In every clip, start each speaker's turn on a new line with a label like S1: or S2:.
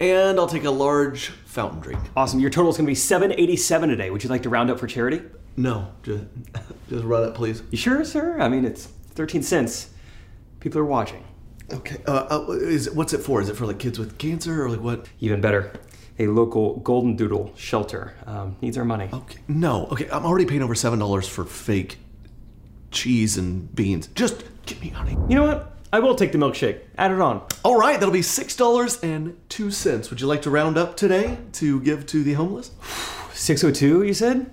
S1: and I'll take a large fountain drink.
S2: Awesome. Your total is going to be 787 today. Would you like to round up for charity?
S1: No, just, just run it, please.
S2: You sure, sir? I mean, it's 13 cents. People are watching.
S1: Okay. Uh, uh, is what's it for? Is it for like kids with cancer or like what?
S2: Even better, a local golden doodle shelter um, needs our money.
S1: Okay. No. Okay. I'm already paying over seven dollars for fake cheese and beans. Just give me honey.
S2: You know what? I will take the milkshake. Add it on.
S1: All right. That'll be six dollars and two cents. Would you like to round up today to give to the homeless?
S2: 602, you said?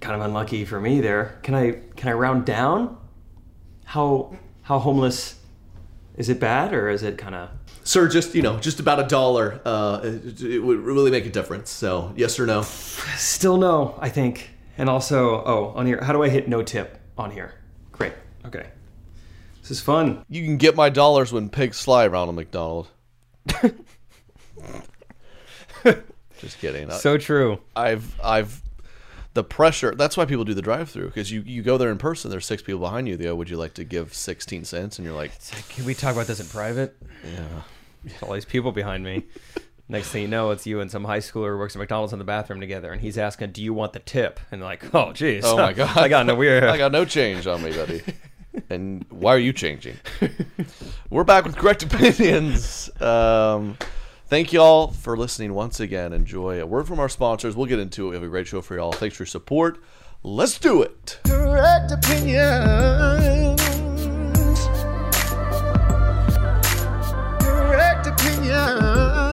S2: Kind of unlucky for me there. Can I can I round down? How how homeless is it bad or is it kind of
S1: Sir, just you know, just about a dollar. Uh, it, it would really make a difference. So yes or no?
S2: Still no, I think. And also, oh, on here, how do I hit no tip on here? Great. Okay. This is fun.
S3: You can get my dollars when pigs fly, Ronald McDonald. Just kidding. I-
S2: So true.
S3: I've I've the pressure. That's why people do the drive-through because you you go there in person. There's six people behind you. They go, "Would you like to give 16 cents?" And you're like,
S4: Can we talk about this in private? Yeah. There's all these people behind me. Next thing you know, it's you and some high schooler who works at McDonald's in the bathroom together, and he's asking, "Do you want the tip?" And they're like, "Oh, jeez,
S3: "Oh my god,
S4: I got no weird."
S3: I got no change on me, buddy." And why are you changing? We're back with correct opinions. Um, thank you all for listening once again. Enjoy a word from our sponsors. We'll get into it. We have a great show for you all. Thanks for your support. Let's do it. Correct opinions. Correct opinions.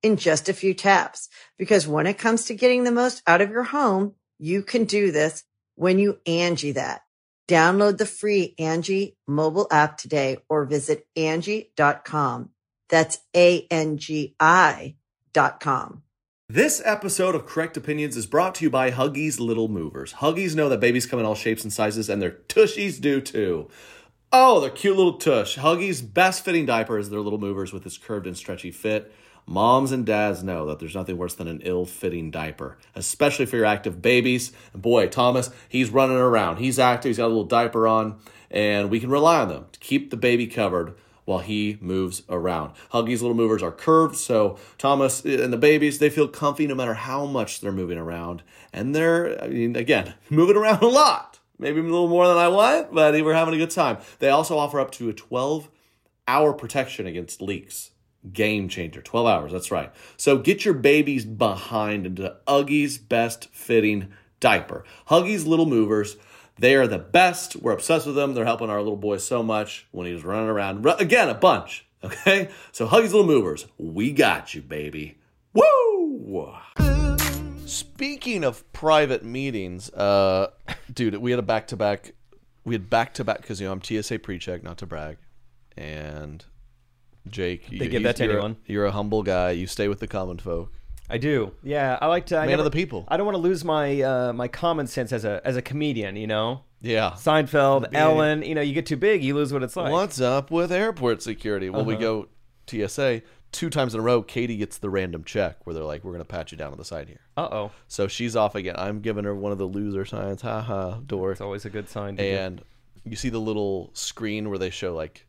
S5: in just a few taps. Because when it comes to getting the most out of your home, you can do this when you Angie that. Download the free Angie mobile app today or visit Angie.com. That's A-N-G-I dot com.
S6: This episode of Correct Opinions is brought to you by Huggies Little Movers. Huggies know that babies come in all shapes and sizes, and their tushies do too. Oh, their cute little tush. Huggies' best fitting diaper is their Little Movers with its curved and stretchy fit. Moms and dads know that there's nothing worse than an ill fitting diaper, especially for your active babies. And boy, Thomas, he's running around. He's active, he's got a little diaper on, and we can rely on them to keep the baby covered while he moves around. Huggies little movers are curved, so Thomas and the babies, they feel comfy no matter how much they're moving around. And they're, I mean, again, moving around a lot. Maybe a little more than I want, but we're having a good time. They also offer up to a 12 hour protection against leaks. Game changer. 12 hours, that's right. So get your babies behind into Huggies' best fitting diaper. Huggies Little Movers, they are the best. We're obsessed with them. They're helping our little boy so much when he's running around. Ru- again, a bunch, okay? So Huggies Little Movers, we got you, baby. Woo!
S3: Speaking of private meetings, uh, dude, we had a back to back. We had back to back because you know I'm TSA pre-check, not to brag, and Jake. They
S4: give that to anyone.
S3: You're a humble guy. You stay with the common folk.
S4: I do. Yeah, I like to. I
S3: Man of
S4: never-
S3: the people.
S4: I don't want to lose my uh, my common sense as a as a comedian. You know,
S3: Yeah.
S4: Seinfeld, Ellen. You know, you get too big, you lose what it's like.
S3: What's up with airport security? Well, we
S4: Uh-huh.
S3: go TSA two times in a row. Katie gets the random check where they're like, "We're gonna pat you down on the side here."
S4: Uh oh.
S3: So she's off again. I'm giving her one of the loser signs. Ha ha. Dork.
S4: It's always a good sign. To get-
S3: and you see the little screen where they show like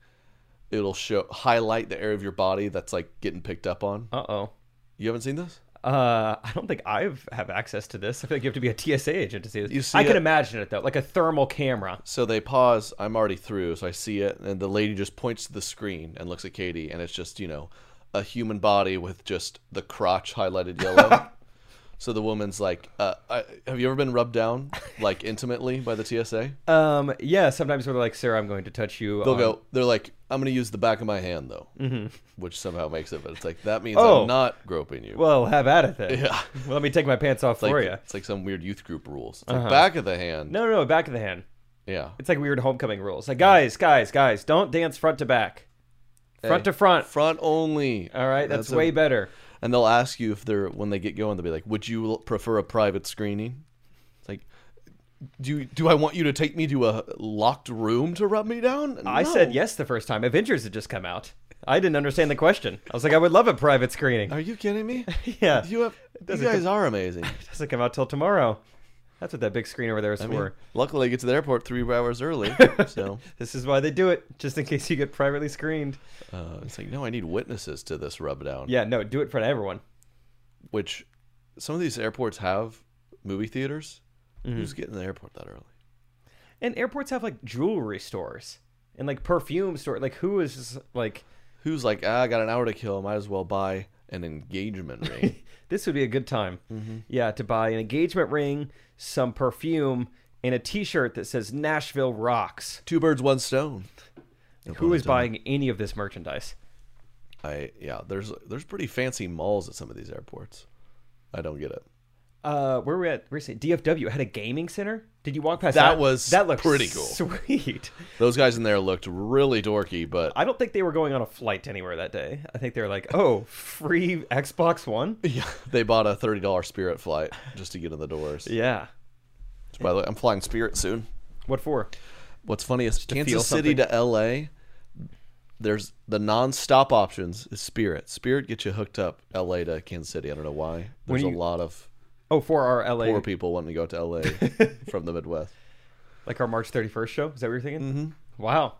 S3: it'll show highlight the area of your body that's like getting picked up on.
S4: Uh-oh.
S3: You haven't seen this?
S4: Uh I don't think I have access to this. I feel like you have to be a TSA agent to see this.
S3: You see
S4: I
S3: it-
S4: can imagine it though, like a thermal camera.
S3: So they pause. I'm already through, so I see it, and the lady just points to the screen and looks at Katie, and it's just you know a human body with just the crotch highlighted yellow. So the woman's like, uh, I, "Have you ever been rubbed down like intimately by the TSA?"
S4: Um, yeah, sometimes they're like, Sarah, I'm going to touch you.
S3: They'll
S4: on-
S3: go. They're like, "I'm going to use the back of my hand though," which somehow makes it. But it's like that means
S4: Mm-hmm. Oh.
S3: I'm not groping you.
S4: Well, have at it then.
S3: Yeah.
S4: Let me take my pants off
S3: it's
S4: for
S3: like,
S4: you.
S3: it's like some weird youth group rules. It's like back of the hand.
S4: No, no, no, back of the hand.
S3: Yeah.
S4: It's like weird homecoming rules. Like, guys, guys, guys, don't dance front to back. Front to front.
S3: Front only.
S4: All right, that's,
S3: a-
S4: way better.
S3: And they'll ask you if they're when they get going, they'll be like, "Would you l- prefer a private screening?" It's like, "Do you- do I want you to take me to a locked room to rub me down?"
S4: I
S3: No.
S4: said yes the first time. Avengers had just come out. I didn't understand the question. I was like, I would love a private screening.
S3: Are you kidding me?
S4: yeah,
S3: You have you
S4: doesn't
S3: guys are amazing.
S4: doesn't come out till tomorrow. That's what that big screen over there is
S3: I mean,
S4: for.
S3: luckily, I get to the airport three hours early, so
S4: This is why they do it, just in case you get privately screened.
S3: uh, it's like, no, I need witnesses to this rub down.
S4: Yeah, no, do it in front of everyone.
S3: Which some of these airports have movie theaters.
S4: Mm-hmm.
S3: Who's getting to the airport that early?
S4: And airports have like jewelry stores and like perfume store. Like, who is just like,
S3: Who's like, ah, I got an hour to kill. Might as well buy an engagement ring.
S4: this would be a good time.
S3: Mm-hmm.
S4: Yeah, to buy an engagement ring, some perfume, and a t shirt that says Nashville Rocks.
S3: Two birds, one stone. Oh,
S4: Who is buying any of this merchandise?
S3: I yeah, there's there's pretty fancy malls at some of these airports. I don't get it.
S4: Uh, where were we at recently? DFW had a gaming center. Did you walk past that?
S3: That was
S4: that looked
S3: pretty cool.
S4: Sweet.
S3: Those guys in there looked really dorky, but
S4: I don't think they were going on a flight anywhere that day. I think they were like, "Oh, free Xbox One."
S3: yeah, they bought a thirty dollar Spirit flight just to get in the doors.
S4: Yeah.
S3: Which, by the way, I'm flying Spirit soon.
S4: What for?
S3: What's funny is
S4: feel
S3: Kansas City to L.A. There's the non-stop options is Spirit. Spirit gets you hooked up L.A. to Kansas City. I don't know why. There's
S4: you-
S3: a lot of
S4: Oh, for our LA,
S3: poor people wanting to go to L.A. from the Midwest.
S4: like our March 31st show. Is that what you're thinking? Mm-hmm. Wow.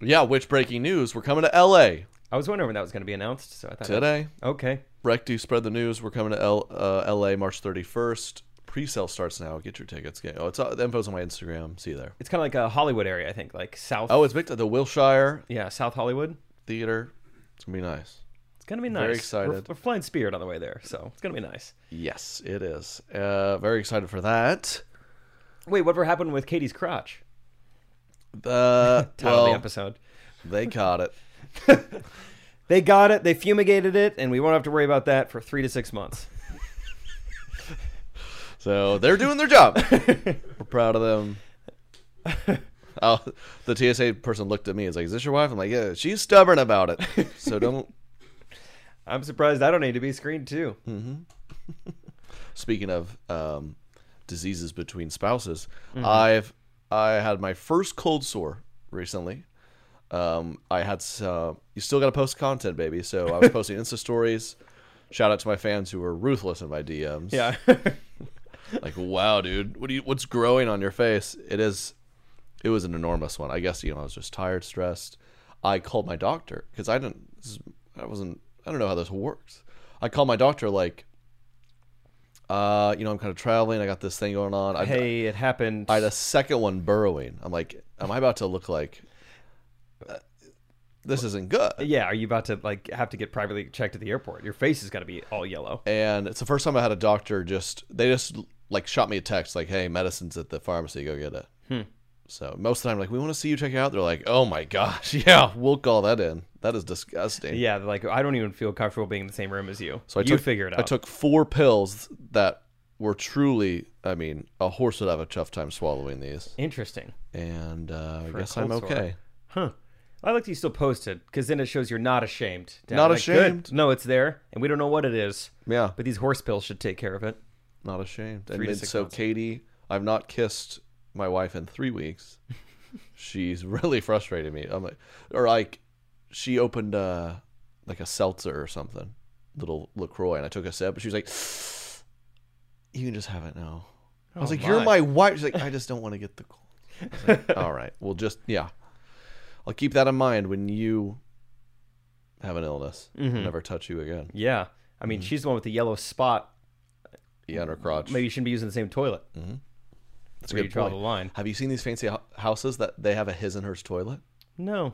S3: Yeah, which breaking news? We're coming to L.A.
S4: I was wondering when that was going to be announced. So I thought.
S3: today.
S4: Okay.
S3: Breck, do spread the news. We're coming to L- uh, LA March 31st. Pre-sale starts now. Get your tickets. Get, oh, it's uh, the info's on my Instagram. See you there.
S4: It's kind of like a Hollywood area, I think, like South.
S3: Oh, it's big the Wilshire
S4: yeah, South Hollywood.
S3: Theater. It's gonna be nice.
S4: It's gonna be nice.
S3: excited.
S4: We're, we're flying Spirit on the way there, so it's gonna be nice.
S3: Yes, it is. Uh, very excited for that.
S4: Wait, whatever happened with Katie's crotch?
S3: The
S4: Title of the
S3: Uh, well,
S4: episode.
S3: they caught it.
S4: They got it. They fumigated it, and we won't have to worry about that for three to six months.
S3: So they're doing their job. We're proud of them. Oh, the TSA person looked at me. It's like, "Is this your wife?" I'm like, "Yeah." She's stubborn about it. So don't.
S4: I'm surprised I don't need to be screened too.
S3: speaking of um, diseases between spouses, I've I had my first cold sore recently. Um, I had some. You still got to post content, baby. So I was posting Insta stories. Shout out to my fans who were ruthless in my DMs.
S4: Yeah.
S3: like wow, dude, what do you? What's growing on your face? It is. It was an enormous one. I guess you know I was just tired, stressed. I called my doctor because I didn't. This is, I wasn't. I don't know how this works. I called my doctor like, uh, you know, I'm kind of traveling. I got this thing going on. I,
S4: hey, it happened.
S3: I had a second one burrowing. I'm like, am I about to look like? uh, This isn't good.
S4: yeah, are you about to like have to get privately checked at the airport? Your face is gonna be all yellow.
S3: and it's the first time I had a doctor just they just like shot me a text like, "Hey, medicine's at the pharmacy. Go get it."
S4: Hmm.
S3: So most of the time, like, we want to see you check it out. They're like, "Oh my gosh, yeah, we'll call that in. That is disgusting."
S4: Yeah, like I don't even feel comfortable being in the same room as you.
S3: So I
S4: you
S3: took,
S4: figure it out.
S3: I took four pills that were truly, I mean, a horse would have a tough time swallowing these,
S4: Interesting.
S3: and uh, I guess
S4: cold
S3: I'm
S4: sore.
S3: okay.
S4: Huh. I like that you still posted because then it shows you're not ashamed. Dad.
S3: Not
S4: Like, good.
S3: ashamed.
S4: No, it's there, and we don't know what it is.
S3: Yeah,
S4: But these horse pills should take care of it.
S3: not ashamed. And
S4: to
S3: then,
S4: six
S3: so
S4: months.
S3: Katie, I've not kissed my wife in three weeks. She's really frustrated me. I'm like, or like, she opened uh like a seltzer or something, little Lacroix, and I took a sip. And she was like, "You can just have it now." I
S4: Oh
S3: was like, "You're my wife." She's like, "I just don't want to get the cold." I was like, All right, well, just yeah, I'll keep that in mind when you have an illness.
S4: Mm-hmm.
S3: I'll never touch you again.
S4: Yeah. I mean, she's the one with the yellow spot.
S3: Yeah, on her Mm-hmm. crotch.
S4: Maybe you shouldn't be using the same toilet.
S3: That's
S4: where you draw the line.
S3: Have you seen these fancy ho- houses that they have a his and hers toilet?
S4: No.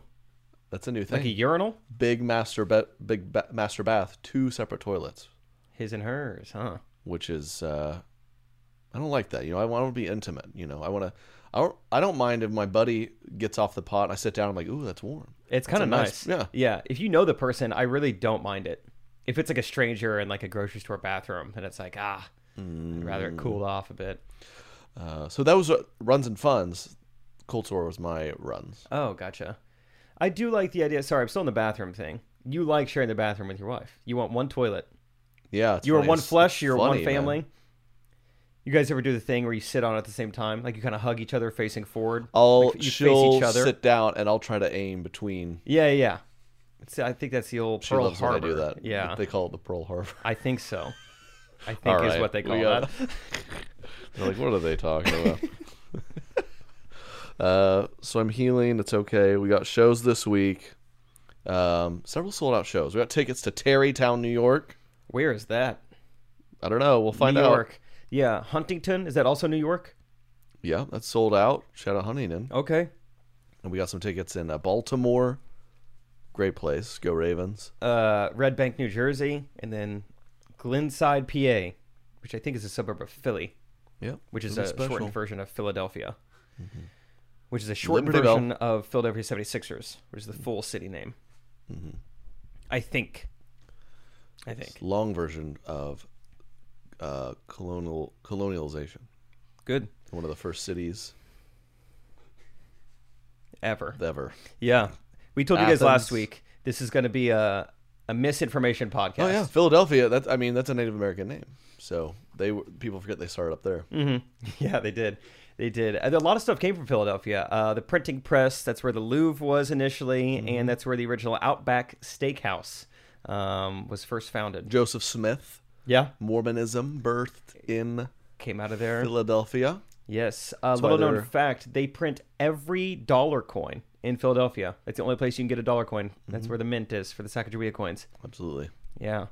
S3: That's a new thing.
S4: Like a urinal?
S3: big master ba- big ba- master bath, two separate toilets.
S4: His and hers, huh?
S3: which is uh, I don't like that. You know, I want to be intimate. You know, I want to. I don't, I don't mind if my buddy gets off the pot and I sit down. I'm like, ooh, that's warm.
S4: It's kind of
S3: nice-
S4: nice.
S3: yeah.
S4: Yeah. If you know the person, I really don't mind it. If it's like a stranger in like a grocery store bathroom and it's like, ah, I'd rather it
S3: Mm.
S4: cooled off a bit.
S3: Uh, so that was uh, runs and funds. Cold sore was my runs.
S4: Oh, gotcha. I do like the idea. Sorry, I'm still in the bathroom thing. You like sharing the bathroom with your wife. You want one toilet.
S3: Yeah, it's
S4: You are
S3: funny.
S4: one
S3: It's
S4: flesh. You're
S3: funny,
S4: one
S3: man.
S4: family. You guys ever do the thing where you sit on at the same time? Like you kind of hug each other facing forward.
S3: I'll
S4: like you
S3: she'll sit down and I'll try to aim between.
S4: Yeah, yeah, yeah. It's, I think that's the old
S3: She
S4: Pearl
S3: loves
S4: Harbor.
S3: when I do that.
S4: Yeah,
S3: they call it the Pearl Harbor.
S4: I think so. I think
S3: All
S4: is
S3: right,
S4: what they
S3: we
S4: call
S3: got-
S4: that.
S3: They're like, what are they talking about? uh, so I'm healing. It's okay. We got shows this week. Um, several sold out shows. We got tickets to Tarrytown, New York.
S4: Where is that?
S3: I don't know. We'll find
S4: New
S3: out.
S4: York. Yeah, Huntington. Is that also New York?
S3: Yeah, that's sold out. Shout out Huntington.
S4: Okay.
S3: And we got some tickets in uh, Baltimore. Great place. Go Ravens.
S4: Uh, Red Bank, New Jersey, and then Glenside, PA, which I think is a suburb of Philly,
S3: Yep.
S4: which is
S3: Nothing
S4: a
S3: special. Mm-hmm.
S4: shortened version of Philadelphia, which is a shortened
S3: Liberty Bell.
S4: version of Philadelphia 76ers, which is the
S3: Mm-hmm.
S4: full city name. I think. I think.
S3: long version of uh, colonial colonialization.
S4: Good.
S3: One of the first cities
S4: Ever.
S3: ever.
S4: Yeah. We told you guys last
S3: Athens.
S4: week this is going to be a, a misinformation podcast.
S3: Oh yeah, Philadelphia. That's I mean that's a Native American name. So they were- people forget they started up there.
S4: Yeah, they did. They did. And A lot of stuff came from Philadelphia. Uh, the printing press, that's where the Louvre was initially,
S3: Mm-hmm.
S4: and that's where the original Outback Steakhouse um, was first founded.
S3: Joseph Smith,
S4: Yeah.
S3: Mormonism, birthed in
S4: Came out of there.
S3: Philadelphia.
S4: yes. Uh,
S3: why
S4: little known
S3: they're-
S4: fact they print every dollar coin in Philadelphia. That's the only place you can get a dollar coin.
S3: Mm-hmm.
S4: That's where the mint is for the Sacagawea coins.
S3: Absolutely,
S4: Yeah.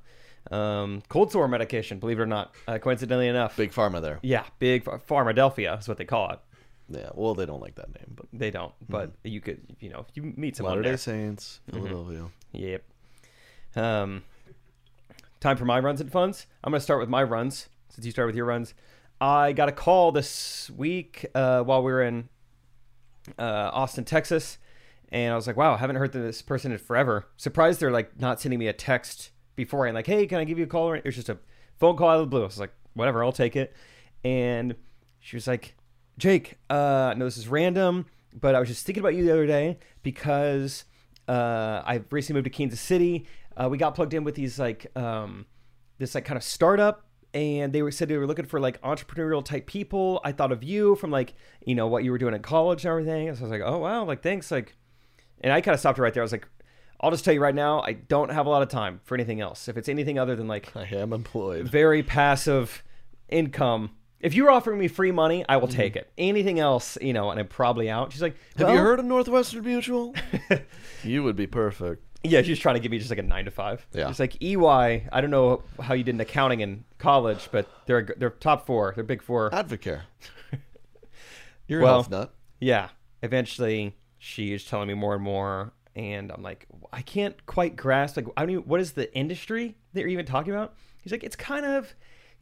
S4: Um, cold sore medication, believe it or not. Uh, coincidentally enough.
S3: big pharma there.
S4: Yeah, big ph- Pharmadelphia is what they call it.
S3: Yeah. Well, they don't like that name, but
S4: They don't, but
S3: Mm-hmm.
S4: you could, you know, if you meet someone
S3: Latter Day
S4: there.
S3: Saints, Philadelphia.
S4: Yep. Um, time for my runs and funds. I'm going to start with my runs since you started with your runs. I got a call this week uh, while we were in uh, Austin, Texas, and I was like, "Wow, I haven't heard from this person in forever." Surprised they're like not sending me a text before and like, "Hey, can I give you a call?" Or- It was just a phone call out of the blue. I was like, "Whatever, I'll take it." And she was like, "Jake, uh, I know this is random, but I was just thinking about you the other day because uh, I recently moved to Kansas City. Uh, we got plugged in with these like um, this like kind of startup." And they were said they were looking for like entrepreneurial type people. I thought of you from like you know what you were doing in college and everything. So I was like, oh wow, like thanks. Like and I kind of stopped it right there. I was like, I'll just tell you right now, I don't have a lot of time for anything else. If it's anything other than like
S3: I am employed.
S4: very passive income, if you're offering me free money, I will take it. Anything else, you know, and I'm probably out. She's like,
S3: Mm-hmm. Have you
S4: "Well,"
S3: heard of Northwestern Mutual? you would be perfect.
S4: Yeah, she's trying to give me just like a nine to five.
S3: Yeah.
S4: It's like EY. I don't know how you did in accounting in college, but they're they're top four. They're big four.
S3: Advocare. You're a
S4: Well-
S3: health nut.
S4: Yeah. Eventually, she is telling me more and more, and I'm like, I can't quite grasp. Like, I don't even, what is the industry that you're even talking about? He's like, it's kind of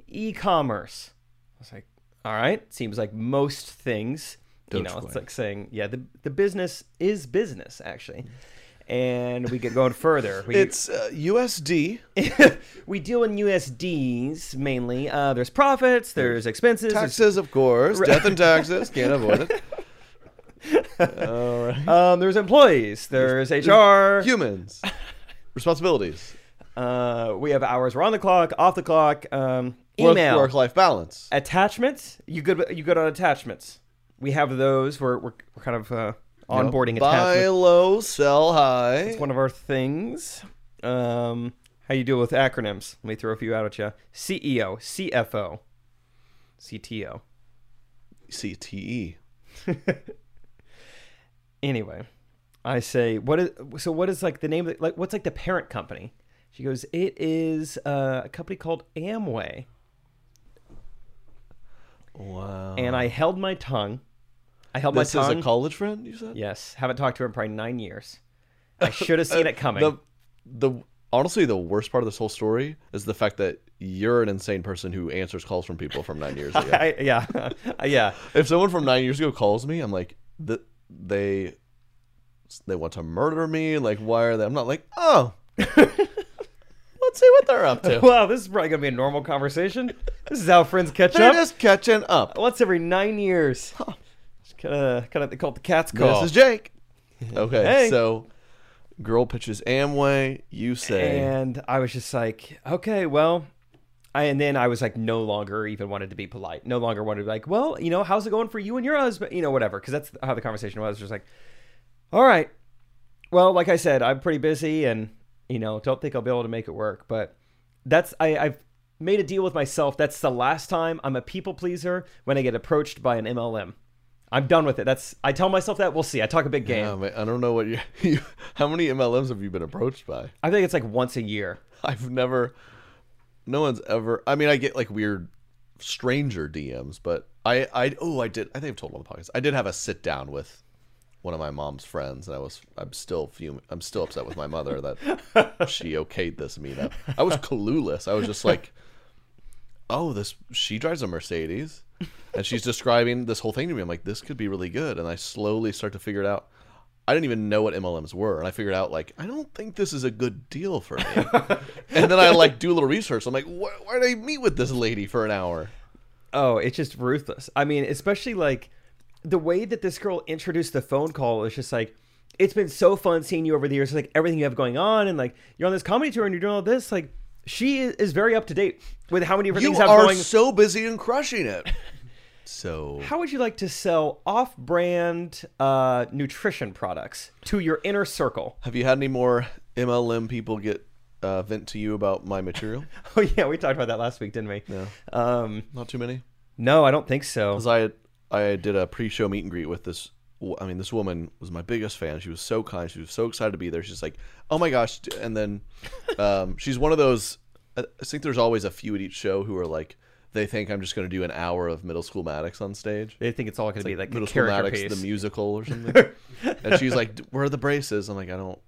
S4: e-commerce. I was like, all right, seems like most things. You know,
S3: Dogecoin.
S4: it's like saying, yeah, the the business is business actually. And we get going further. We,
S3: It's uh, USD.
S4: we deal in USDs mainly. Uh, there's profits, there's expenses, there's
S3: Taxes, of course. Death and taxes. Can't avoid it.
S4: um, there's employees, there's HR,
S3: Humans. Responsibilities.
S4: Uh, we have hours. We're on the clock, off the clock. Um,
S3: Work-
S4: email
S3: Work-life balance.
S4: attachments. You good? You good on attachments? We have those. We're we're, we're kind of uh, onboarding
S3: Buy
S4: attachments.
S3: low, sell high.
S4: It's one of our things. Um, how you deal with acronyms? Let me throw a few out at E you. CEO, CFO, CTO.
S3: CTE.
S4: Anyway, I say what is so? What is like the name? Of the, like what's like the parent company? She goes, it is uh, a company called Amway.
S3: Wow.
S4: and I held my tongue. I held
S3: This
S4: my
S3: is
S4: tongue.
S3: a college friend, you said?
S4: Uh, Yes, haven't talked to her in probably nine years. I should have seen it coming.
S3: The the honestly the worst part of this whole story is the fact that you're an insane person who answers calls from people from nine years ago.
S4: I, yeah, Uh, yeah.
S3: if someone from nine years ago calls me, I'm like, th- they they want to murder me. Like, why are they? I'm not like, oh, let's see what they're up to.
S4: Wow, this is probably gonna be a normal conversation. This is how friends catch
S3: They're
S4: up.
S3: just catching up.
S4: Once every nine years. Just Kind of, kind of, they call it the cat's call.
S3: This is Jake. Okay,
S4: Hey.
S3: so girl pitches Amway. You say,
S4: and I was just like, okay, well, I, and then I was like, no longer even wanted to be polite. No longer wanted to be like, well, you know, how's it going for you and your husband? You know, whatever. Because that's how the conversation was. Just like, all right, well, like I said, I'm pretty busy, and you know, don't think I'll be able to make it work. But that's I, I've made a deal with myself. That's the last time I'm a people pleaser when I get approached by an MLM. I'm done with it. That's I tell myself that. We'll see. I talk a big game.
S3: Oh, man, I don't know what you, you. How many MLMs have you been approached by?
S4: I think it's like once a year.
S3: I've never. No one's ever. I mean, I get like weird stranger DMs, but I, I, oh, I did. I think I've told on the podcast. I did have a sit down with one of my mom's friends, and I was, I'm still fuming. I'm still upset with my mother that she okayed this meetup. I was clueless. I was just like, oh, this. She drives a Mercedes, and she's describing this whole thing to me. I'm like, this could be really good, and I slowly start to figure it out. I didn't even know what MLMs were, and I figured out like I don't think this is a good deal for me. And then I like do a little research. I'm like, why, why did I meet with this lady for an hour?
S4: Oh, it's just ruthless. I mean, especially like the way that this girl introduced the phone call was just like, it's been so fun seeing you over the years. Like everything you have going on, and like you're on this comedy tour and you're doing all this. Like she is is very up to date with how many different
S3: You
S4: things have
S3: are
S4: going.
S3: so busy and crushing it. So
S4: how would you like to sell off-brand uh, nutrition products to your inner circle?
S3: have you had any more MLM people get uh, vent to you about my material?
S4: Oh yeah, we talked about that last week, didn't we? No. Um,
S3: Not too many.
S4: no, I don't think so.
S3: Because I I did a pre-show meet and greet with this. w- I mean, this woman was my biggest fan. She was so kind. She was so excited to be there. She's like, "Oh my gosh!" And then, um, she's one of those. I I think there's always a few at each show who are like, they think I'm just going to do an hour of middle school Maddox on stage.
S4: They think it's all going to be like a
S3: middle school
S4: character
S3: Maddox,
S4: piece.
S3: the musical or something. and she's like, "D- "Where are the braces?" I'm like, "I don't."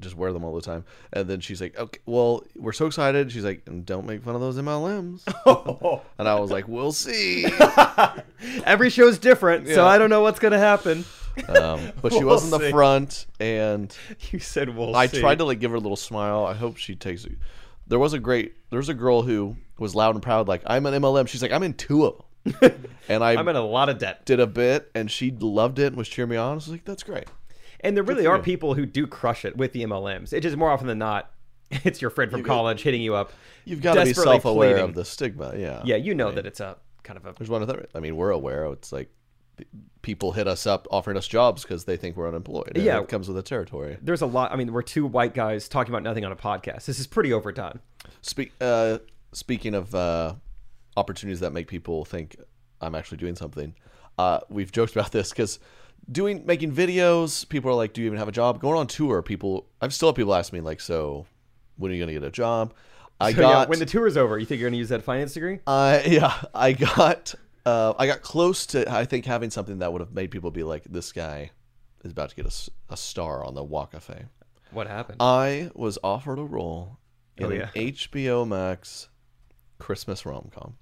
S3: Just wear them all the time, and then she's like, "Okay, well, we're so excited." She's like, "And don't make fun of those MLMs." and I was like, "We'll see."
S4: Every show's different, so
S3: Yeah.
S4: I don't know what's going to happen.
S3: Um, but she was in the
S4: see.
S3: front, and
S4: You said we'll
S3: I
S4: see.
S3: tried to like give her a little smile. I hope she takes it. There was a great. There was a girl who was loud and proud, like I'm an MLM. She's like I'm in two of them, and I
S4: I'm in a lot of debt.
S3: did a bit, and she loved it and was cheering me on. I was like, that's great.
S4: And there really are people who do crush it with the MLMs. It just more often than not, it's your friend from college hitting you up.
S3: You've got to be
S4: desperately
S3: self-aware
S4: pleading.
S3: of the stigma. Yeah.
S4: Yeah, you know that it's a kind of a.
S3: There's one of them. I mean, we're aware. It's like p- people hit us up offering us jobs because they think we're unemployed. and
S4: Yeah.
S3: It comes with the territory.
S4: There's a lot. I mean, we're two white guys talking about nothing on a podcast. This is pretty overdone.
S3: Speak, uh, speaking of uh, opportunities that make people think I'm actually doing something, uh, we've joked about this because doing making videos, people are like, "Do you even have a job?" Going on tour, people I've still had people ask me like, "So when are you going to get a job?" I
S4: So, yeah,
S3: got
S4: when the tour is over, you think you're going to use that finance degree?
S3: I Uh, yeah, I got uh, I got close to I think having something that would have made people be like, "This guy is about to get a s- a, star on the Walk of Fame."
S4: What happened?
S3: I was offered a role in
S4: Oh, yeah.
S3: an HBO Max Christmas rom com.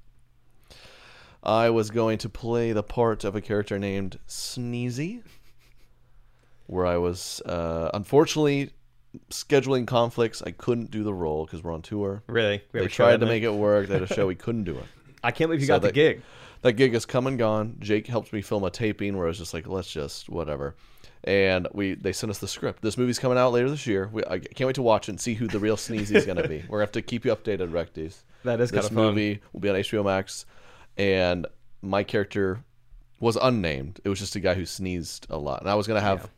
S3: I was going to play the part of a character named Sneezy, where I was uh, unfortunately scheduling conflicts. I couldn't do the role because we're on tour.
S4: really? We have
S3: They
S4: a show
S3: tried to
S4: deadline?
S3: make it work. They had a show we couldn't do it.
S4: I can't believe you
S3: So
S4: got the
S3: that-
S4: gig.
S3: That gig has come and gone. Jake helped me film a taping where I was just like, let's just whatever. And we they sent us the script. This movie's coming out later this year. We, I can't wait to watch it and see who the real Sneezy is going to be. We're going to have to keep you updated, Recties.
S4: That is
S3: This
S4: kinda fun.
S3: movie will be on HBO Max. And my character was unnamed. It was just a guy who sneezed a lot. And I was going to have.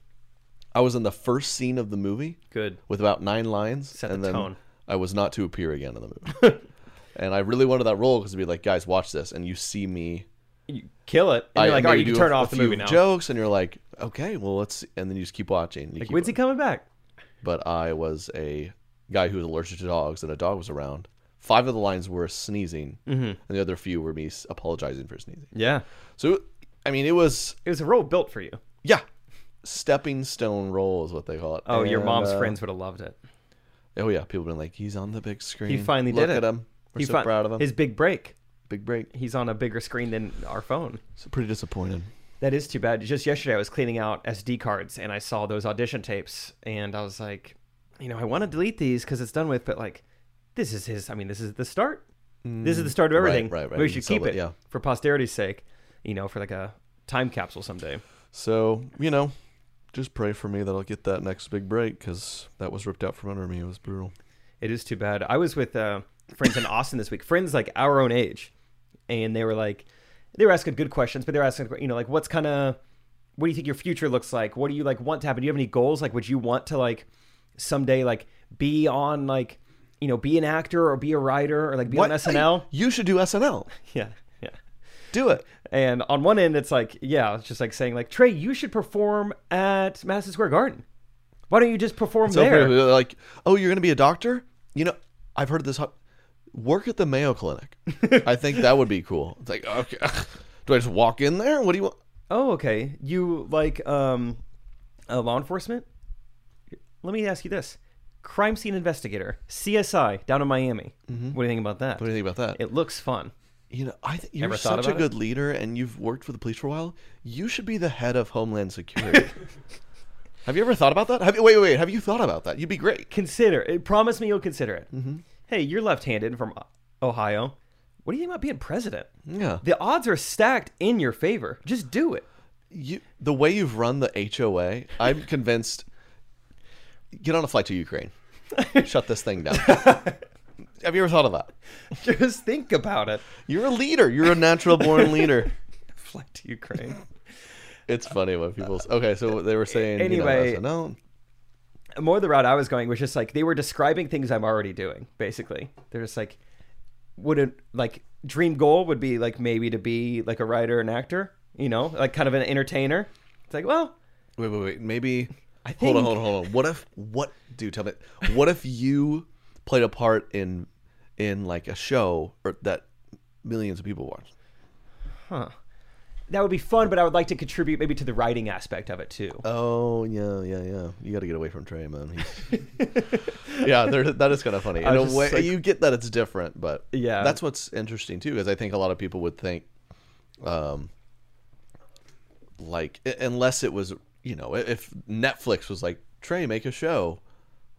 S3: I was in the first scene of the movie
S4: Good.
S3: with about nine lines,
S4: Set
S3: and
S4: the
S3: then
S4: tone.
S3: I was not to appear again in the movie. and I really wanted that role because it'd be like, guys, watch this, and you see me.
S4: You kill it. And
S3: I
S4: you're like, all right,
S3: maybe
S4: you can
S3: do
S4: turn
S3: a,
S4: off
S3: a
S4: the
S3: few
S4: movie now.
S3: Jokes, and you're like, okay, well, let's. See. And then you just keep watching. You keep
S4: When's he
S3: watching.
S4: coming back?
S3: But I was a guy who was allergic to dogs, and a dog was around. Five of the lines were sneezing,
S4: Mm-hmm.
S3: and the other few were me s- apologizing for sneezing.
S4: Yeah.
S3: So, I mean, it was
S4: It was a role built for you.
S3: yeah, stepping stone role is what they call it.
S4: Oh, your
S3: And,
S4: mom's
S3: uh,
S4: friends would have loved it.
S3: Oh yeah, people been like, he's on the big screen.
S4: He finally
S3: Look
S4: did it.
S3: at him. We're
S4: He
S3: so
S4: fin-
S3: proud of him.
S4: His big break.
S3: big break.
S4: He's on a bigger screen than our phone.
S3: So pretty disappointed.
S4: That is too bad. Just yesterday, I was cleaning out SD cards and I saw those audition tapes, and I was like, you know, I want to delete these because it's done with, but like, this is his. I mean, this is the start. this is the start of
S3: Mm, right,
S4: everything.
S3: right, right.
S4: We
S3: You
S4: should
S3: saw
S4: keep
S3: that,
S4: it
S3: yeah.
S4: for posterity's sake. You know, for like a time capsule someday.
S3: So you know, just pray for me that I'll get that next big break because that was ripped out from under me. It was brutal.
S4: It is too bad. I was with uh, friends in Austin this week, friends like our own age, and they were like, they were asking good questions, but they were asking, you know, like, what's kind of, what do you think your future looks like? What do you like want to happen? Do you have any goals? Like, would you want to like someday like be on like, you know, be an actor or be a writer or like be on SNL?
S3: You should do SNL.
S4: yeah, yeah.
S3: Do it.
S4: And on one end, it's like, yeah, it's just like saying like, Trey, you should perform at Madison Square Garden. Why don't uh, you just perform
S3: So
S4: there?
S3: people are like, oh, you're gonna be a doctor? You know, I've heard of this. ho- Work at the Mayo Clinic. I think that would be cool. It's like, okay, do I just walk in there? What do you want?
S4: Oh, okay. You like um, uh, law enforcement? Let me ask you this: crime scene investigator, CSI, down in Miami. What do you think about that?
S3: What do you think about that?
S4: It looks fun.
S3: you know, I think you're
S4: Ever thought
S3: such a
S4: about it?
S3: good leader, and you've worked for the police for a while. You should be the head of Homeland Security. Have you ever thought about that? Have you, wait, wait, wait. Have you thought about that? You'd be great.
S4: Consider it. Promise me you'll consider it. Hey, you're left-handed from Ohio. What do you think about being president?
S3: Yeah.
S4: The odds are stacked in your favor. Just do it.
S3: you the way you've run the HOA, I'm convinced. Get on a flight to Ukraine. Shut this thing down. Have you ever thought of that?
S4: Just think about it.
S3: You're a leader. You're a natural born leader.
S4: Flight to Ukraine.
S3: It's funny when people. Okay, so they were saying.
S4: Anyway.
S3: you know, SNL.
S4: more the route I was going was just like they were describing things I'm already doing. Basically, they're just like, would it like dream goal would be like maybe to be like a writer, an actor, you know, like kind of an entertainer. It's like, well,
S3: Wait, wait, wait. Maybe. I Hold on, hold on, hold on. What if? What? Dude, tell me. What if you played a part in, in like a show or that millions of people watch?
S4: that would be fun, but I would like to contribute maybe to the writing aspect of it too.
S3: Oh yeah, yeah, yeah. You got to get away from Trey, man. He's... yeah, there- that is kind of funny. In
S4: was
S3: a
S4: just
S3: way,
S4: like-
S3: you get that it's different, but
S4: Yeah.
S3: that's what's interesting too, because I think a lot of people would think, um, like u- unless it was, you know, i- if Netflix was like Trey, make a show,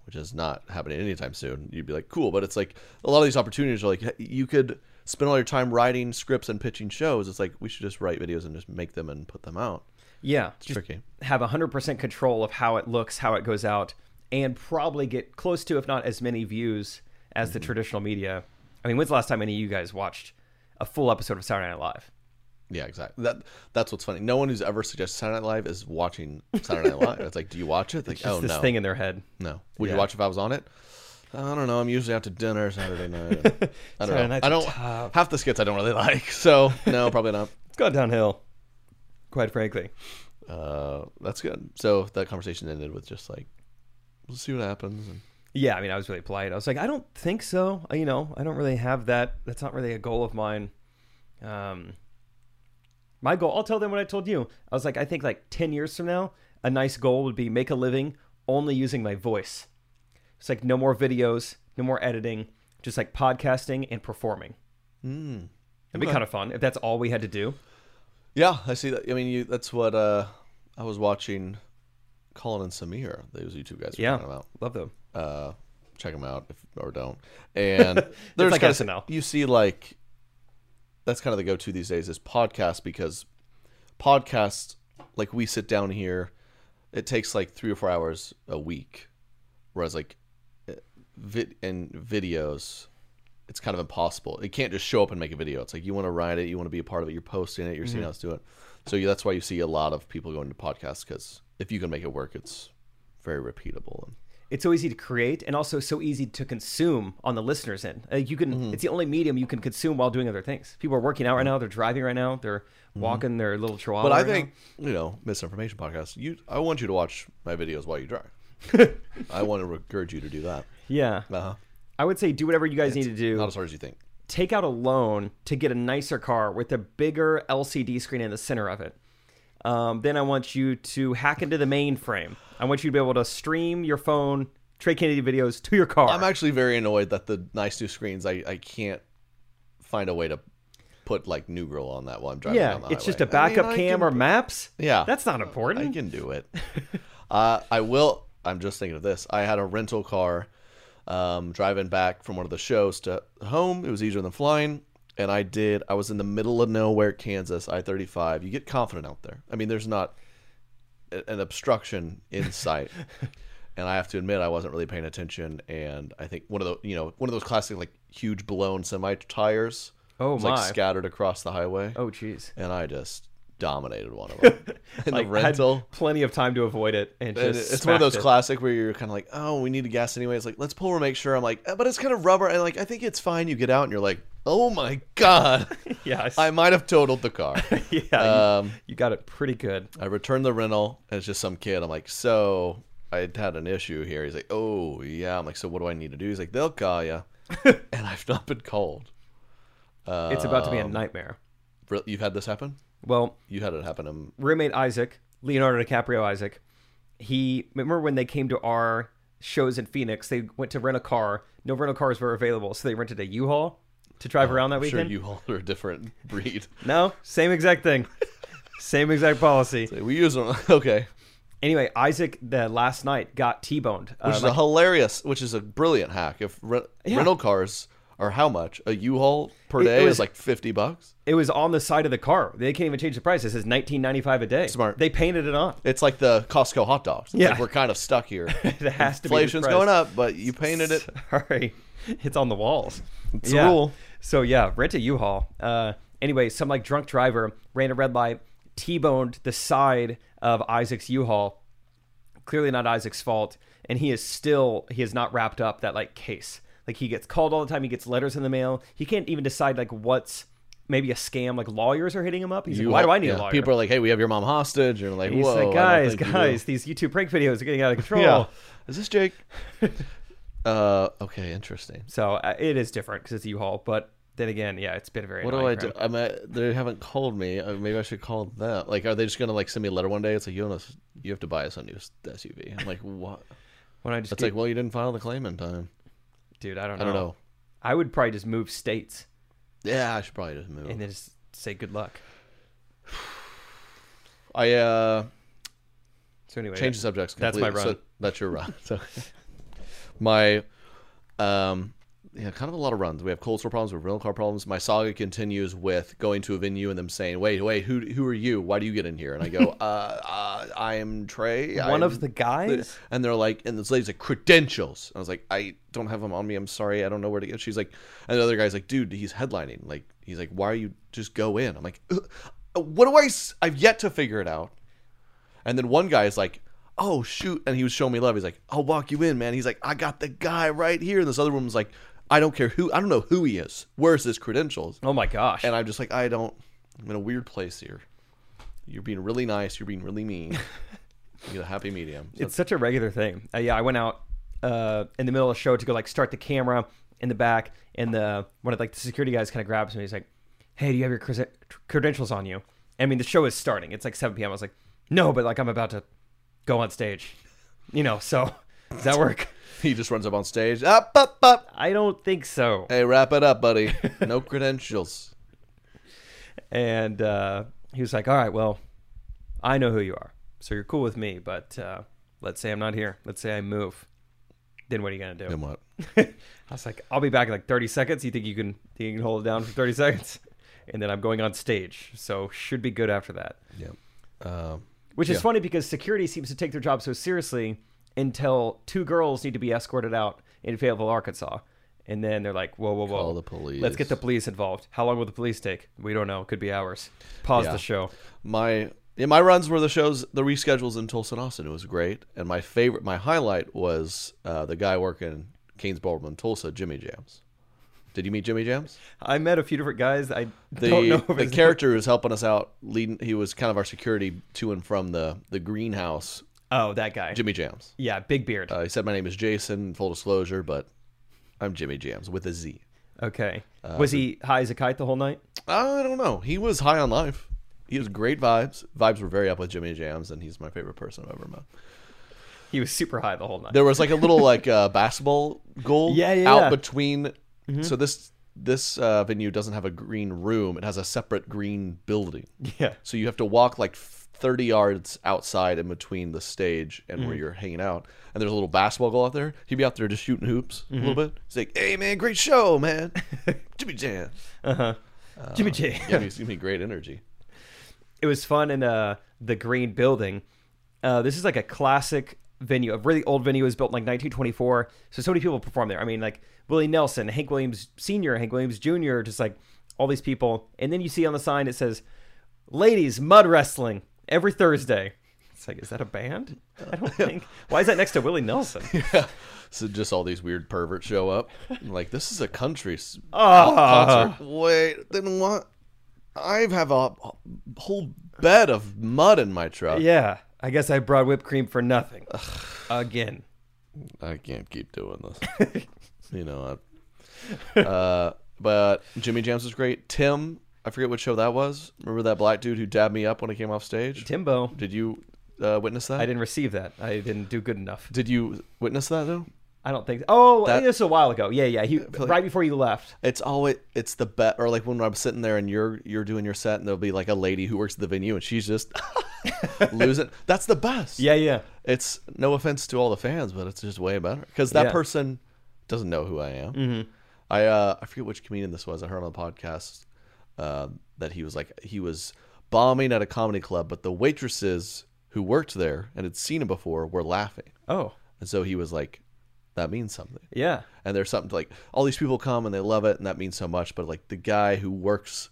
S3: which is not happening anytime soon, you'd be like, cool. But it's like a lot of these opportunities are like "Hey, you could spend all your time writing scripts and pitching shows. It's like we should just write videos and just make them and put them out.
S4: yeah,
S3: It's tricky.
S4: have 100% control of how it looks, how it goes out, and probably get close to, if not as many views as
S3: Mm-hmm.
S4: the traditional media. I mean, when's the last time any of you guys watched a full episode of Saturday Night Live?
S3: Yeah, exactly. That that's what's funny. No one who's ever suggested Saturday Night Live is watching Saturday Night Live. It's like, do you watch it? Like,
S4: Just
S3: oh
S4: this
S3: no,
S4: thing in their head.
S3: no. Would
S4: Yeah.
S3: you watch if I was on it? I don't know. I'm usually out to dinner Saturday night. I don't
S4: Saturday
S3: know.
S4: nights
S3: I
S4: are
S3: don't
S4: tough.
S3: half the skits I don't really like. So no, probably not.
S4: It's gone downhill, quite frankly.
S3: Uh, that's good. So that conversation ended with just like, we'll see what happens. And
S4: Yeah, I mean, I was really polite. I was like, I don't think so. You know, I don't really have that. That's not really a goal of mine. Um, my goal, I'll tell them what I told you. I was like, I think like 10 years from now, a nice goal would be make a living only using my voice. It's like no more videos, no more editing, just like podcasting and performing. It'd be kind of fun if that's all we had to do.
S3: yeah, I see that. I mean, you, that's what uh, I was watching. Colin and Samir, those YouTube guys, were
S4: Yeah.
S3: talking about.
S4: Love them.
S3: uh, check them out if, or don't. And there's
S4: like
S3: kind
S4: SNL.
S3: of you see like that's kind of the go-to these days is podcasts because podcasts like we sit down here, it takes like three or four hours a week, whereas like eh, vid and videos. It's kind of impossible. It can't just show up and make a video. It's like you want to write it, you want to be a part of it, you're posting it, you're seeing how it's doing. So you, that's why you see a lot of people going to podcasts because if you can make it work, it's very repeatable. And
S4: it's so easy to create and also so easy to consume on the listeners end. Uh, you can
S3: Mm-hmm.
S4: it's the only medium you can consume while doing other things. People are working out right now, they're driving right now, they're walking their little
S3: Mm. Mm-hmm.
S4: chihuahua.
S3: But I
S4: right
S3: think you know misinformation podcast. You, I want you to watch my videos while you drive. I want to encourage you to do that.
S4: now. yeah.
S3: Uh-huh.
S4: I would say do whatever you guys need to do.
S3: Not as hard as you think.
S4: take out a loan to get a nicer car with a bigger LCD screen in the center of it. Um, then I want you to hack into the mainframe. I want you to be able to stream your phone Trey Kennedy videos to your car.
S3: I'm actually very annoyed that the nice new screens. I, I can't find a way to put like New Girl on that while I'm driving.
S4: yeah,
S3: down the
S4: it's just a
S3: highway. I mean,
S4: backup
S3: I
S4: cam
S3: can-
S4: or maps.
S3: Yeah.
S4: that's not important.
S3: I can do it. uh, I will. I'm just thinking of this. I had a rental car um, driving back from one of the shows to home. It was easier than flying. And I did. I was in the middle of nowhere, Kansas, I 35. You get confident out there. I mean, there's not a- an obstruction in sight. and I have to admit, I wasn't really paying attention. And I think one of the, you know, one of those classic, like, huge blown semi tires.
S4: Oh,
S3: was,
S4: my.
S3: Like, scattered across the highway.
S4: oh, jeez.
S3: And I just dominated one of them. in
S4: Like,
S3: the
S4: had
S3: rental.
S4: plenty of time to avoid it, and just
S3: And it's one of those
S4: smacked it.
S3: classic where you're kind of like, oh, we need to gas anyway. It's like, let's pull over, make sure. I'm like, "Eh, but it's kind of rubber. And like, I think it's fine. You get out and you're like, oh my God.
S4: Yes,
S3: I might have totaled the car.
S4: yeah, you-
S3: um,
S4: you got it pretty good.
S3: I returned the rental and it's just some kid. I'm like, so I had an issue here. He's like, oh, yeah. I'm like, so what do I need to do? He's like, they'll call you. and I've not been called.
S4: it's about to be
S3: Um,
S4: a nightmare.
S3: Re- You've had this happen?
S4: Well,
S3: You had it happen. Um,
S4: roommate Isaac, Leonardo DiCaprio Isaac, he remember when they came to our shows in Phoenix, they went to rent a car. No rental cars were available, so they rented a Haul to drive around that
S3: I'm Uh, sure
S4: weekend.
S3: you all are a different breed.
S4: No, same exact thing. same exact policy.
S3: we use them. Okay.
S4: Anyway, Isaac the last night got T-boned. Uh,
S3: which is a hilarious, which is a brilliant hack. If re- rental cars are how much a U-Haul per
S4: It- it
S3: day
S4: was-
S3: is like fifty bucks.
S4: it was on the side of the car. They can't even change the price. It says 19.95 a day.
S3: Smart.
S4: They painted it on.
S3: It's like the Costco hot dogs. It's
S4: Yeah.
S3: like we're kind of stuck here.
S4: It has to be the
S3: Inflation's
S4: price.
S3: going up, but you painted it.
S4: Sorry, it's on the walls. It's
S3: a rule.
S4: So yeah, rent a U-Haul. Uh, anyway, some like drunk driver ran a red light, T-boned the side of Isaac's U-Haul. Clearly not Isaac's fault, and he is still he has not wrapped up that like case. Like he gets called all the time. He gets letters in the mail. He can't even decide like what's maybe a scam. Like lawyers are hitting him up. He's like, why do I need
S3: yeah,
S4: a lawyer?
S3: People are like, "Hey, we have your mom hostage." You're like,
S4: He's
S3: "Whoa,
S4: like,
S3: I don't
S4: guys,
S3: think you do."
S4: guys, these YouTube prank videos are getting out of control.
S3: Yeah, is this Jake? uh, okay, interesting.
S4: So uh, it is different because it's a U-Haul. But then again, yeah, it's been a very.
S3: What do I
S4: annoying
S3: do?
S4: trip.
S3: I'm uh they haven't called me. Uh, Maybe I should call them. Like, are they just gonna like send me a letter one day? It's like you have you have to buy us a new SUV. I'm like, what?
S4: When I just
S3: It's
S4: get-
S3: like, well, you didn't file the claim in time.
S4: dude, I don't know.
S3: I don't know.
S4: I would probably just move states
S3: Yeah, I should probably just move.
S4: and then just say good luck.
S3: I uh,
S4: So anyway,
S3: change the subjects.
S4: Oh, That's my
S3: Completely.
S4: run.
S3: So that's your run. So my um, yeah, kind of a lot of runs. We have cold store problems. We have rental car problems. My saga continues with going to a venue and them saying, "Wait, wait, who who are you? Why do you get in here?" And I go, uh, uh, "I'm Trey.
S4: one
S3: I'm-
S4: of the guys.
S3: And they're like, and this lady's like, credentials. And I was like, I don't have them on me. I'm sorry. I don't know where to go. She's like, and the other guy's like, dude, he's headlining. Like, he's like, why are you just go in? I'm like, "Ugh, uh, what do I, s- I've yet to figure it out. And then one guy is like, oh, shoot. And he was showing me love. He's like, I'll walk you in, man. He's like, I got the guy right here. And this other woman's like, I don't care who, I don't know who he is. Where's his credentials?
S4: Oh my gosh!
S3: And I'm just like, I don't, I'm in a weird place here. You're being really nice. You're being really mean. You get a happy medium. So
S4: it's such a regular thing. Uh, yeah, I went out uh, in the middle of the show to go like start the camera in the back, and the one of like the security guys kind of grabs me. He's like, "Hey, do you have your crese- credentials on you?" I mean, the show is starting. It's like 7 p.m. I was like, "No," but like I'm about to go on stage, you know. So does that work?
S3: He just runs up on stage. Up, up, up.
S4: I don't think so.
S3: Hey, wrap it up, buddy. No credentials.
S4: and uh, he was like, "All right, well, I know who you are, so you're cool with me, but uh, let's say I'm not here. Let's say I move. Then what are you gonna do?"
S3: Then what?
S4: I was like, "I'll be back in like 30 seconds. You think you can think you can hold it down for 30 seconds?" And then I'm going on stage, so should be good after that.
S3: Yep. Um,
S4: Which is funny because security seems to take their job so seriously until two girls need to be escorted out in Fayetteville, Arkansas. And then they're like, whoa, whoa, whoa.
S3: Call the police.
S4: Let's get the police involved. How long will the police take? We don't know. Could be hours. Pause
S3: Yeah.
S4: the show.
S3: my yeah, my runs were the shows, the reschedules in Tulsa and Austin. It was great. And my favorite, my highlight was uh, the guy working Kane's Ballroom in Tulsa, Jimmy Jams. Did you meet Jimmy Jams?
S4: I met a few different guys. I
S3: The,
S4: don't know if
S3: the
S4: it's
S3: character who's helping us out, leading, he was kind of our security to and from the, the greenhouse,
S4: Oh, that guy.
S3: Jimmy Jams.
S4: yeah, big beard.
S3: Uh, he said, My name is Jason, full disclosure, but I'm Jimmy Jams with a Z.
S4: okay.
S3: uh,
S4: Was he high as a kite the whole night?
S3: I don't know. He was high on life. He was great vibes. Vibes were very up with Jimmy Jams, and he's my favorite person I've ever met.
S4: He was super high the whole night.
S3: There was like a little like uh, basketball goal
S4: Yeah, yeah,
S3: out
S4: yeah. Mm-hmm.
S3: between. So this this uh, venue doesn't have a green room; it has a separate green building.
S4: yeah.
S3: So you have to walk like 30 yards outside in between the stage and
S4: Mm-hmm.
S3: where you're hanging out. And there's a little basketball goal out there. He'd be out there just shooting hoops a
S4: Mm-hmm.
S3: little bit. He's like, hey, man, great show, man. Jimmy Jam.
S4: Jimmy J.
S3: Uh, Yeah, he's giving me great energy.
S4: it was fun in uh, the green building. Uh, this is like a classic venue, a really old venue. It was built in like 1924, so so many people perform there. I mean, like Willie Nelson, Hank Williams Sr., Hank Williams Jr., just like all these people. And then you see on the sign it says, "Ladies Mud Wrestling every Thursday." It's like, is that a band? I don't think. Why is that next to Willie Nelson?
S3: So just all these weird perverts show up. I'm like, this is a country s-
S4: Ah, Uh-huh.
S3: concert. Wait, then what? I have a whole bed of mud in my truck.
S4: Yeah, I guess I brought whipped cream for nothing. Again.
S3: I can't keep doing this. you know, I, uh, but Jimmy Jams was great. Tim, I forget what show that was. Remember that black dude who dabbed me up when I came off stage?
S4: Timbo,
S3: Did you uh, witness that?
S4: I didn't receive that. I didn't do good enough.
S3: Did you witness that though?
S4: I don't think. Oh,
S3: That-
S4: this was a while ago. Yeah, yeah. He right before you left.
S3: It's always it's the bet or like when I'm sitting there and you're you're doing your set and there'll be like a lady who works at the venue and she's just losing. That's the best.
S4: Yeah, yeah.
S3: it's no offense to all the fans, but it's just way better because that
S4: Yeah. Mm.
S3: person doesn't know who I am. Mm-hmm. I uh, I forget which comedian this was. I heard on the podcast uh, that he was like he was bombing at a comedy club, but the waitresses who worked there and had seen him before were laughing,
S4: Oh,
S3: and so he was like, "That means something."
S4: yeah.
S3: And there's something to, like all these people come and they love it, and that means so much. But like the guy who works,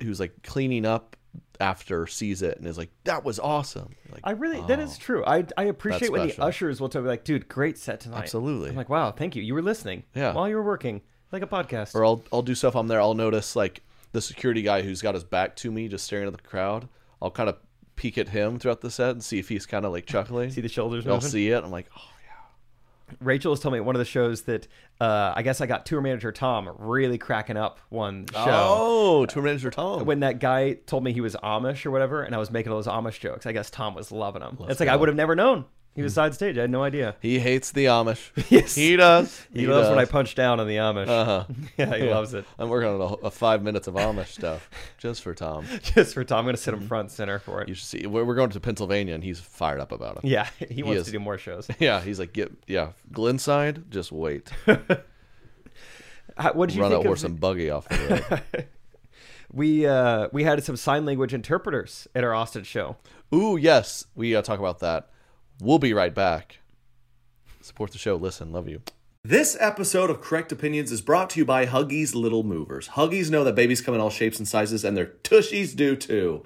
S3: who's like cleaning up after sees it and is like, "That was awesome." Like,
S4: I really that is true. I I appreciate
S3: Oh. That's
S4: when the
S3: special.
S4: ushers will tell me like, dude, great set tonight.
S3: Absolutely.
S4: I'm like, wow, thank you. You were listening.
S3: Yeah.
S4: While you were working, like a podcast.
S3: or I'll I'll do stuff. I'm there. I'll notice like the security guy who's got his back to me, just staring at the crowd. I'll kind of peek at him throughout the set and see if he's kind of like chuckling.
S4: see the shoulders
S3: I'll
S4: moving.
S3: see it. I'm like, oh yeah.
S4: Rachel was telling me at one of the shows that uh, I guess I got tour manager Tom really cracking up one show.
S3: Oh, tour manager Tom.
S4: When that guy told me he was Amish or whatever, and I was making all those Amish jokes, I guess Tom was loving them. it's like I would have never known. He
S3: Hmm.
S4: was side stage. I had no idea.
S3: he hates the Amish.
S4: Yes.
S3: he does.
S4: He, loves when I
S3: does. Uh,
S4: punch down on the Amish. Uh-huh. yeah, he loves it.
S3: I'm working on a, a five minutes of Amish stuff just for Tom.
S4: Just for Tom, I'm going to sit him front and center for
S3: Mm-hmm. You
S4: it.
S3: should see. We're we're going to Pennsylvania, and he's fired up about it.
S4: Yeah, he wants
S3: is.
S4: to do more shows.
S3: Yeah, he's like, get yeah, Glenside. Just wait,
S4: How- What did you
S3: run that
S4: think
S3: horse
S4: of?
S3: and buggy off the road.
S4: We uh, we had some sign language interpreters at our Austin show.
S3: Ooh, yes. We gotta talk about that. We'll be right back. Support the show. Listen, love you.
S6: This episode of Correct Opinions is brought to you by Huggies Little Movers. Huggies know that babies come in all shapes and sizes, and their tushies do too.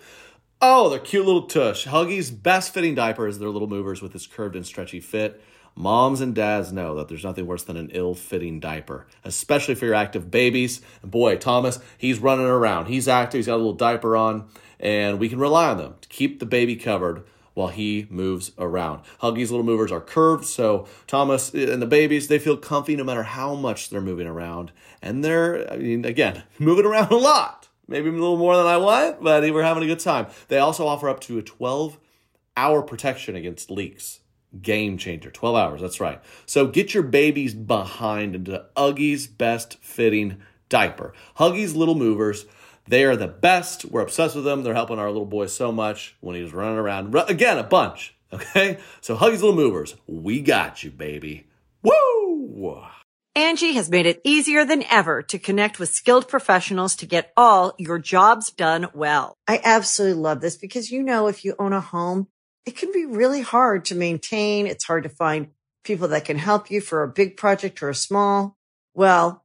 S6: Oh, their cute little tush. Huggies' best fitting diaper is their little movers with its curved and stretchy fit. Moms and dads know that there's nothing worse than an ill fitting diaper, especially for your active babies. And boy, Thomas, he's running around. He's active, he's got a little diaper on, and we can rely on them to keep the baby covered while he moves around. Huggies little movers are curved, so Thomas and the babies, they feel comfy no matter how much they're moving around. And they're, I mean, again, moving around a lot. Maybe a little more than I want, but we're having a good time. They also offer up to a 12 hour protection against leaks. Game changer. 12 hours, that's right. So get your babies behind into Huggies' best fitting diaper. Huggies Little Movers, they are the best. We're obsessed with them. They're helping our little boy so much when he's running around. Ru- again, a bunch, okay? So Huggies Little Movers, we got you, baby. Woo!
S7: Angie has made it easier than ever to connect with skilled professionals to get all your jobs done well.
S5: I absolutely love this because you know, if you own a home, it can be really hard to maintain. It's hard to find people that can help you for a big project or a small. Well,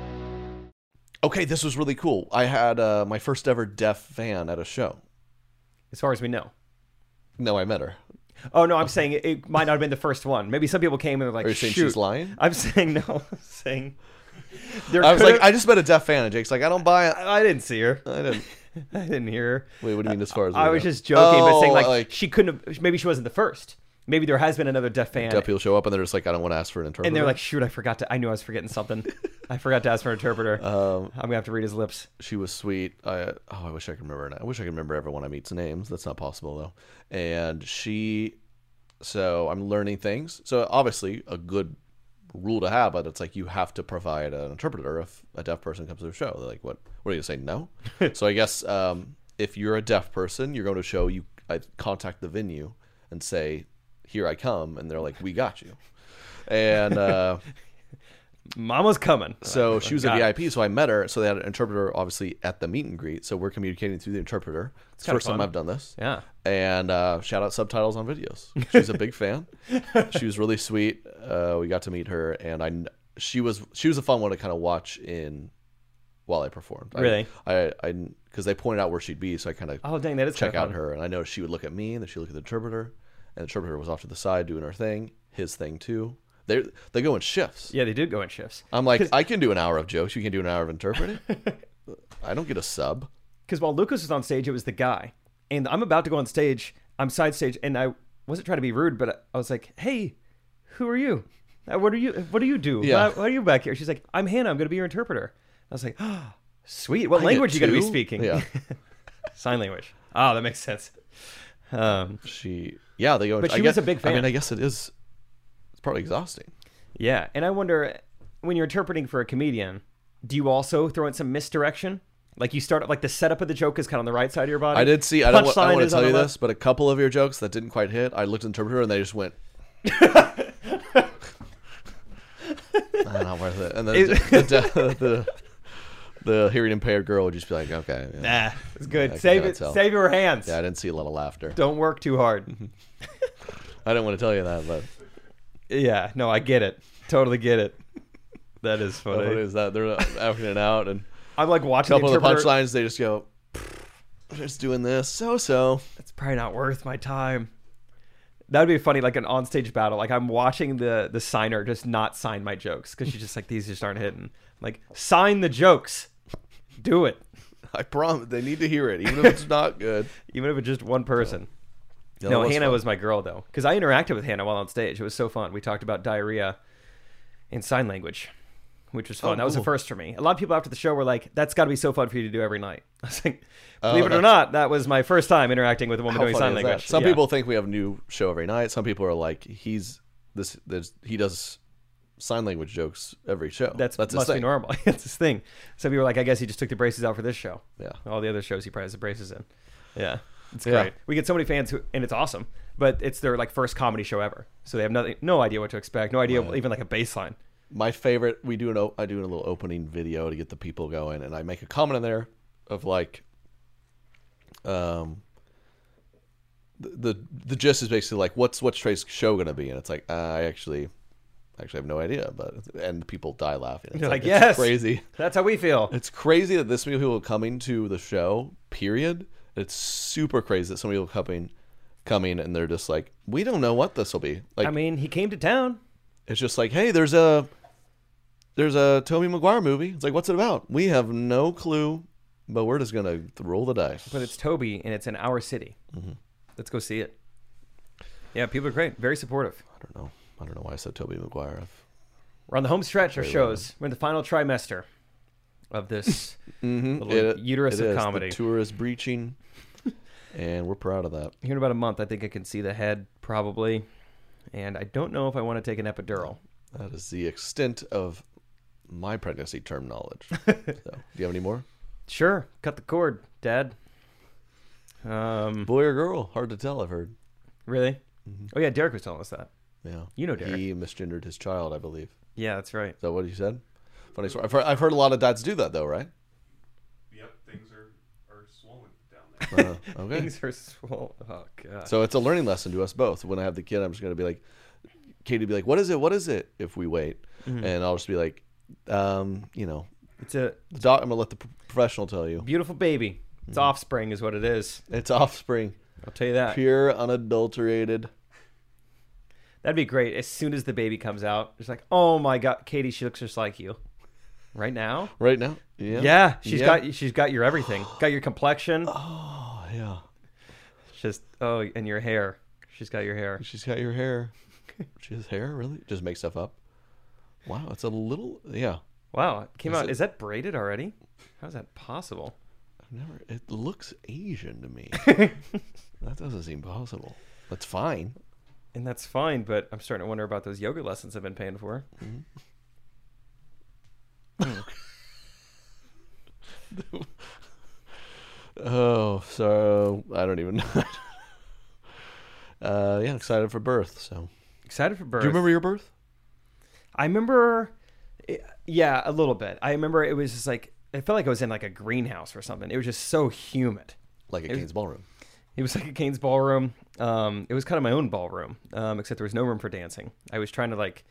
S3: Okay, this was really cool. I had uh, my first ever deaf fan at a show.
S4: as far as we know.
S3: No, I met her.
S4: Oh no, I'm saying it, it might not have been the first one. Maybe some people came and they're like,
S3: Are you saying
S4: "Shoot."
S3: she's lying?
S4: I'm saying no. I'm saying there
S3: I was
S4: could've-
S3: like, I just met a deaf fan, and Jake's like, I don't buy it.
S4: I didn't see her.
S3: I didn't.
S4: I didn't hear her.
S3: Wait, what do you mean as far as we
S4: I was
S3: know?
S4: just joking, but saying
S3: Oh,
S4: like, she couldn't have. Maybe she wasn't the first. Maybe there has been another deaf fan,
S3: deaf people show up and they're just like, I don't want to ask for an interpreter.
S4: and they're like, "Shoot, I forgot to. I knew I was forgetting something. I forgot to ask for an interpreter.
S3: Um,
S4: I'm gonna have to read his lips."
S3: she was sweet. I oh, I wish I could remember. her name. I wish I could remember everyone I meet's names. That's not possible though. And she, so I'm learning things. So obviously, a good rule to have, but it's like you have to provide an interpreter if a deaf person comes to a show. They're like, what? What are you gonna say? No. so I guess um, if you're a deaf person, you're going to a show. You I contact the venue and say, here I come, and they're like, we got you. And uh,
S4: Mama's coming.
S3: so she was a VIP, so I met her. So they had an interpreter, obviously, at the meet and greet. So we're communicating through the interpreter. It's the first time I've done this.
S4: Yeah.
S3: And uh, shout out subtitles on videos. She's a big fan. She was really sweet. Uh, we got to meet her, and I kn- she was she was a fun one to kind of watch in while I performed. I-
S4: Really?
S3: I I because they pointed out where she'd be, so I kind of
S4: Oh dang, that is
S3: check
S4: kinda
S3: out
S4: fun.
S3: her, and I know she would look at me, and then she would look at the interpreter, and the interpreter was off to the side doing her thing, his thing too. They they go in shifts.
S4: Yeah, they do go in shifts.
S3: I'm like, I can do an hour of jokes. You can do an hour of interpreting. I don't get a sub.
S4: because while Lucas was on stage, it was the guy, and I'm about to go on stage. I'm side stage, and I wasn't trying to be rude, but I, I was like, "Hey, who are you? Uh, What are you? What do you do?
S3: Yeah.
S4: Why, why are you back here?" She's like, "I'm Hannah. I'm going to be your interpreter." I was like, "Ah, sweet. What language
S3: Get
S4: you going to be
S3: two?
S4: speaking?
S3: Yeah,
S4: Sign language. Ah, that makes sense." Um,
S3: she. Yeah, they go.
S4: But
S3: I
S4: she was
S3: guess-
S4: a big
S3: I mean,
S4: fan.
S3: I guess it is. It's probably exhausting.
S4: yeah, and I wonder when you're interpreting for a comedian, do you also throw in some misdirection? Like you start like the setup of the joke is kind of on the right side of your body.
S3: I did see. I don't, wa- I
S4: Punchline
S3: don't want to
S4: is on
S3: tell you
S4: the left.
S3: this, but a couple of your jokes that didn't quite hit, I looked at the interpreter and they just went. "Nah, not worth it. And then the, the, the, the hearing impaired girl would just be like, "Okay, yeah.
S4: Ah, it's good.
S3: I
S4: save
S3: cannot
S4: it.
S3: tell.
S4: Save your hands.
S3: yeah, Mm-hmm. I didn't see a lot of laughter.
S4: Don't work too hard.
S3: I don't want to tell you that, but
S4: Yeah, no, I get it. Totally get it. That is
S3: what
S4: funny.
S3: is that? They're acting it out and.
S4: I'm like watching
S3: couple
S4: the
S3: of the
S4: interpreter.
S3: punchlines, they just go, just doing this, so so.
S4: It's probably not worth my time. That would be funny, like an onstage battle. Like I'm watching the the signer just not sign my jokes because she's just like these just aren't hitting. Like sign the jokes, do it,
S3: I promise they need to hear it, even if it's not good.
S4: even if it's just one person.
S3: No,
S4: no,
S3: it was
S4: Hannah
S3: fun.
S4: was my girl though, because I interacted with Hannah while on stage. It was so fun. We talked about diarrhea and sign language, which
S3: Oh,
S4: was fun. that was a first for me. A lot of people after the show were like, "That's got to be so fun for you to do every night." I was like, "Believe it
S3: that's-
S4: or not, that was my first time interacting with a woman
S3: Oh, How
S4: doing
S3: funny
S4: sign
S3: is that?
S4: language."
S3: Some
S4: Yeah.
S3: people think we have a new show every night. Some people are like, he's this, this he does sign language jokes every show.
S4: that's
S3: that's his
S4: must be
S3: thing.
S4: normal. that's his thing. Some people were like, "I guess he just took the braces out for this show."
S3: Yeah.
S4: all the other shows he probably has the braces in. Yeah, it's
S3: Yeah.
S4: great. We get so many fans, who, and it's awesome. But it's their like first comedy show ever, so they have nothing, no idea what to expect, no idea even like a baseline.
S3: my favorite we do an o- i do a little opening video to get the people going and i make a comment in there of like um the the, the gist is basically like what's what's trey's show gonna be and it's like i actually actually have no idea but and people die laughing it's
S4: They're like,
S3: it's
S4: "Yes!"
S3: crazy
S4: That's how we feel.
S3: it's crazy that this many people are coming to the show period it's super crazy that so many people coming coming and they're just like we don't know what this will be like
S4: I mean, he came to town.
S3: it's just like, hey, there's a there's a Toby Maguire movie. It's like, what's it about? We have no clue, but we're just gonna roll the dice.
S4: But it's Toby, and it's in our city.
S3: Mm-hmm.
S4: Let's go see it. Yeah, people are great. Very supportive.
S3: I don't know. I don't know why I said Toby Maguire. I've
S4: We're on the home stretch of shows. We're in the final trimester of this little
S3: Mm-hmm. It-
S4: uterus
S3: it
S4: of
S3: is.
S4: comedy.
S3: The tour is breaching, and we're proud of that.
S4: Here in about a month, I think I can see the head probably, and I don't know if I want to take an epidural.
S3: That is the extent of my pregnancy term knowledge. so, do you have any more?
S4: Sure, cut the cord, Dad. Um,
S3: Boy or girl? Hard to tell. I've heard.
S4: really? Oh yeah, Derek was telling us that.
S3: Yeah,
S4: You know Derek.
S3: Mm-hmm. He misgendered his child, I believe. Is
S4: Yeah, that's right.
S3: that what he said? Funny story. I've heard, I've heard a lot of dads do that though, right?
S8: Yep, things are, are swollen down there.
S3: Uh, okay.
S4: Things are swollen. Oh god.
S3: So it's a learning lesson to us both. When I have the kid, I'm just gonna be like, Katie, be like, "What is it? What is it?" If we wait, and I'll just be like, um, you know,
S4: It's a
S3: the doc. I'm gonna let the p- professional tell you.
S4: beautiful baby. It's
S3: Mm-hmm.
S4: offspring, is what it is.
S3: It's offspring,
S4: I'll tell you that.
S3: pure, unadulterated.
S4: That'd be great. As soon as the baby comes out, it's like, oh my god, Katie, she looks just like you. Right now?
S3: Right now, yeah,
S4: Yeah, she's
S3: Yeah.
S4: got she's got your everything. Got your complexion.
S3: Oh, yeah.
S4: Just oh, and your hair. She's got your hair.
S3: She's got your hair. she has hair, really? Just make stuff up. Wow, it's a little. Yeah,
S4: Wow, it came
S3: Is
S4: out.
S3: it-
S4: Is that braided already? How is that possible?
S3: I've never. It looks Asian to me. that doesn't seem possible. That's fine.
S4: And that's fine, but I'm starting to wonder about those yoga lessons I've been paying for.
S3: Oh, so I don't even know. uh, yeah, excited for birth. So,
S4: Excited for birth.
S3: do you remember your birth?
S4: I remember, eh, yeah, a little bit. I remember it was just like I felt like I was in like a greenhouse or something. It was just so humid.
S3: Like at Kane's ballroom.
S4: It was like a Kane's ballroom. Um, it was kind of my own ballroom, um, except there was no room for dancing. I was trying to like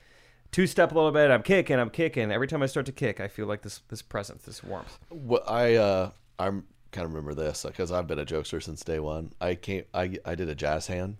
S4: two step a little bit. I'm kicking, I'm kicking. Every time I start to kick, I feel like this this presence, this warmth.
S3: Well, I uh, I'm kind of remember this because I've been a jokester since day one. I came. I I did a jazz hand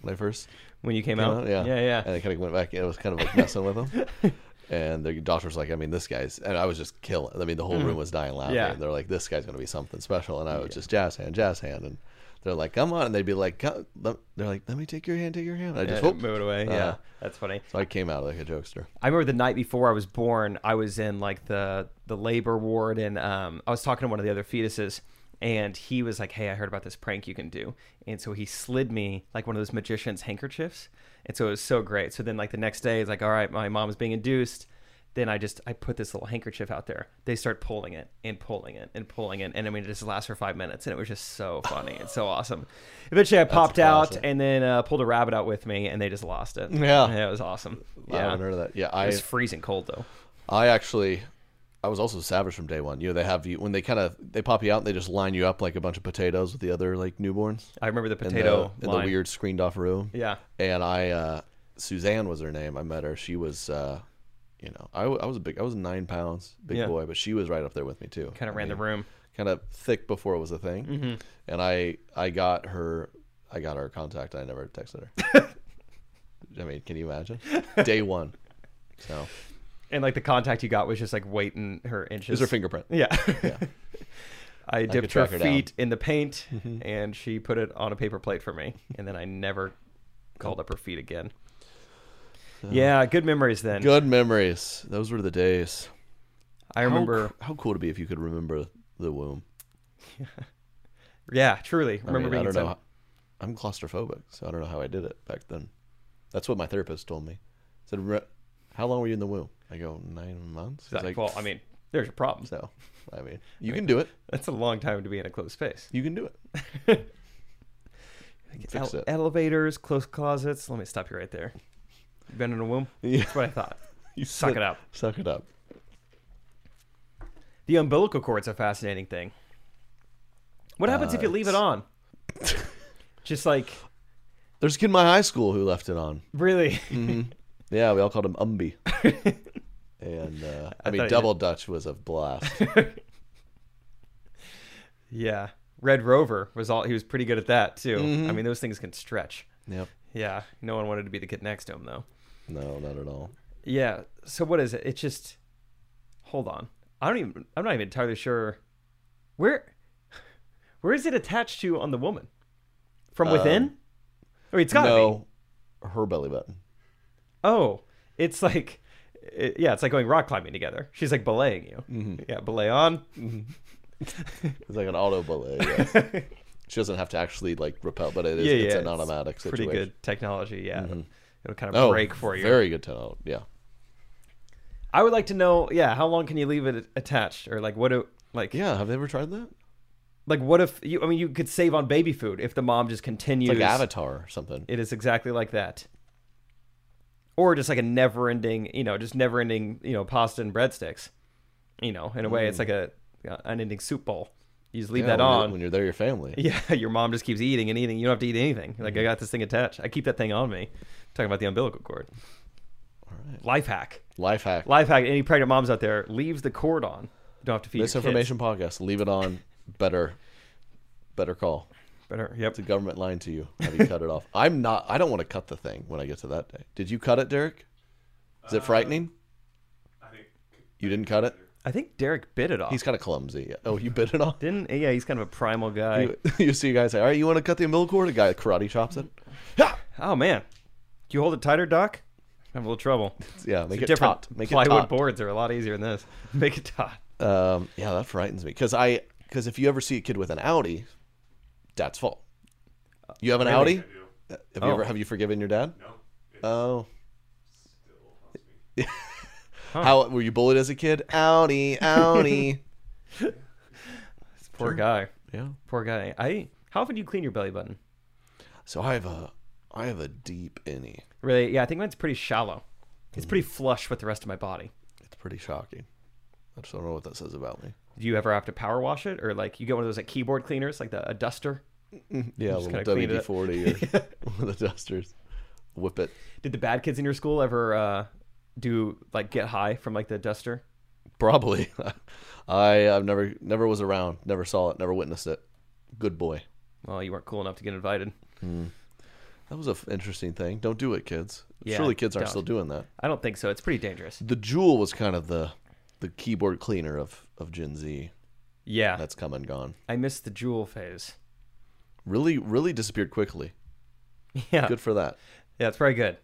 S3: when I first.
S4: When you came,
S3: came
S4: out,
S3: out, yeah,
S4: yeah, yeah.
S3: And I kind of went back. and It was kind of like messing with him. And the doctor's like, I mean, this guy's, and I was just killing. I mean, the whole room was dying laughing.
S4: Mm. Yeah.
S3: They're like, this guy's going to be something special. And I was just jazz hand, jazz hand. And they're like, come on. And they'd be like, "Come- let- they're like, let me take your hand, take your hand. I just, whoop.
S4: move it away. yeah,
S3: Uh,
S4: that's funny.
S3: So I came out like a jokester.
S4: I remember the night before I was born, I was in like the the labor ward, and um, I was talking to one of the other fetuses, and he was like, "Hey, I heard about this prank you can do," and so he slid me like one of those magician's handkerchiefs, and so it was so great. So then, like the next day, it's like, "All right, my mom's being induced." Then I just I put this little handkerchief out there. They start pulling it and pulling it and pulling it, and I mean it just lasts for five minutes, and it was just so funny and so awesome. Eventually, I popped out
S3: classic.
S4: and then uh, pulled a rabbit out with me, and they just lost it.
S3: Yeah.
S4: yeah it was awesome.
S3: I
S4: Yeah.
S3: haven't heard of that. Yeah. I,
S4: It's freezing cold though.
S3: I actually, I was also savage from day one. You know, they have you, when they kind of, they pop you out and they just line you up like a bunch of potatoes with the other like newborns.
S4: I remember the
S3: in
S4: potato
S3: the, in
S4: line.
S3: the weird screened off room.
S4: Yeah.
S3: And I, uh, Suzanne was her name. I met her. She was, uh, you know, I, w- I was a big, I was nine pounds, big
S4: Yeah.
S3: boy, but she was right up there with me too.
S4: kind of ran the room.
S3: Kind of thick before it was a thing.
S4: Mm-hmm.
S3: And I, I got her, I got her contact. I never texted her. I mean, can you imagine? Day one. So
S4: And like the contact you got was just like waiting her inches.
S3: is her fingerprint.
S4: Yeah. I
S3: could
S4: dipped her
S3: track her down. Mm-hmm.
S4: feet in the paint and she put it on a paper plate for me. And then I never called up her feet again. yeah, good memories then.
S3: Good memories. Those were the days.
S4: I remember
S3: how, how cool to be if you could remember the womb.
S4: Yeah, truly.
S3: I mean,
S4: Remember
S3: I
S4: being
S3: don't know.
S4: so-
S3: how- I'm claustrophobic, so I don't know how I did it back then. That's what my therapist told me. Said, "Re- "How long were you in the womb?" I go, nine months." He's
S4: like, well, I mean, there's your problem.
S3: so I mean, you can do it.
S4: That's a long time to be in a closed space.
S3: You can do it. Fix
S4: Ele-
S3: it.
S4: Elevators, closed closets. Let me stop you right there. You been in a womb? That's what I thought.
S3: You
S4: Suck
S3: said-
S4: it up.
S3: Suck it up.
S4: The umbilical cord's a fascinating thing. What happens if you leave it on? Just like
S3: There's a kid in my high school who left it on.
S4: really,
S3: Yeah, we all called him Umby. and uh, I,
S4: thought
S3: mean,
S4: you-
S3: double Dutch was a blast.
S4: yeah. Red Rover was all he was pretty good at that too. I mean, those things can stretch.
S3: yep.
S4: Yeah, no one wanted to be the kid next to him though.
S3: No, not at all.
S4: Yeah. So what is it? It's just hold on. I don't even. I'm not even entirely sure where where is it attached to on the woman from within. I mean, it's gotta be.
S3: No, her belly button.
S4: Oh, it's like it, yeah, it's like going rock climbing together. She's like belaying you.
S3: Mm-hmm.
S4: Yeah, belay on.
S3: It's like an auto belay. Yes. she doesn't have to actually like repel, but it is
S4: Yeah,
S3: it's
S4: yeah,
S3: an
S4: it's
S3: automatic
S4: Pretty
S3: situation.
S4: good technology. Yeah, it'll kind of
S3: Oh,
S4: break for you.
S3: Very good tunnel. Yeah.
S4: I would like to know, yeah, how long can you leave it attached, or like what do like
S3: Yeah. Have they ever tried that?
S4: like what if you? I mean, you could save on baby food if the mom just continues.
S3: Like Avatar or something.
S4: It is exactly like that. Or just like a never ending, you know, just never ending, you know, pasta and breadsticks. You know, in a way, it's like a uh, unending soup bowl. You just leave
S3: Mm. Yeah,
S4: that
S3: when
S4: on.
S3: You're, when you're there, your family.
S4: yeah, your mom just keeps eating and eating. You don't have to eat anything. Like
S3: Mm-hmm.
S4: I got this thing attached. I keep that thing on me. talking about the umbilical cord. Life hack.
S3: Life hack.
S4: Life hack. Any pregnant moms out there leaves the cord on. You don't have to feed your kids.
S3: Misinformation podcast. Leave it on. Better. Better call.
S4: Better. Yep.
S3: The government lying to you. Have you cut it off? I'm not. I don't want to cut the thing when I get to that day. Did you cut it, Derek? Is it frightening?
S8: I think
S3: You didn't cut it.
S4: I think Derek bit it off.
S3: He's kind of clumsy. Oh, you bit it off.
S4: didn't. Yeah, he's kind of a primal guy.
S3: You, you see a guy say, "All right, you want to cut the umbilical cord?" A guy karate chops it. Ha!
S4: Oh man, can you hold it tighter, Doc? I have a little trouble.
S3: Yeah, make it
S4: Different
S3: taut. Make it
S4: plywood
S3: taut.
S4: boards are a lot easier than this. Make it taut.
S3: Um, yeah, that frightens me because I because if you ever see a kid with an Audi, dad's fault. You have an Audi. Uh, Have you
S4: Oh.
S3: ever have you forgiven your dad? No. Oh. How were you bullied as a kid? Audi, Audi.
S4: Poor guy.
S3: yeah.
S4: Poor guy. I. How often do you clean your belly button?
S3: So I have a I have a deep innie.
S4: Really? Yeah, I think mine's pretty shallow.
S3: Mm.
S4: It's pretty flush with the rest of my body.
S3: It's pretty shocking. I just don't know what that says about me.
S4: Do you ever have to power wash it, or like you get one of those like keyboard cleaners, like the a duster?
S3: Yeah, a
S4: just
S3: little
S4: kinda
S3: WD forty or one of the dusters. Whip it.
S4: Did the bad kids in your school ever uh, do like get high from like the duster?
S3: Probably. I I've never never was around, never saw it, never witnessed it. Good boy.
S4: Well, you weren't cool enough to get invited.
S3: That was an interesting thing. Don't do it, kids.
S4: Yeah,
S3: Surely kids aren't
S4: don't.
S3: still doing that.
S4: I don't think so. It's pretty dangerous.
S3: The Jewel was kind of the the keyboard cleaner of of Gen Z.
S4: Yeah,
S3: That's come and gone.
S4: I missed the jewel phase.
S3: Really, really disappeared quickly.
S4: Yeah,
S3: Good for that.
S4: yeah, it's very good.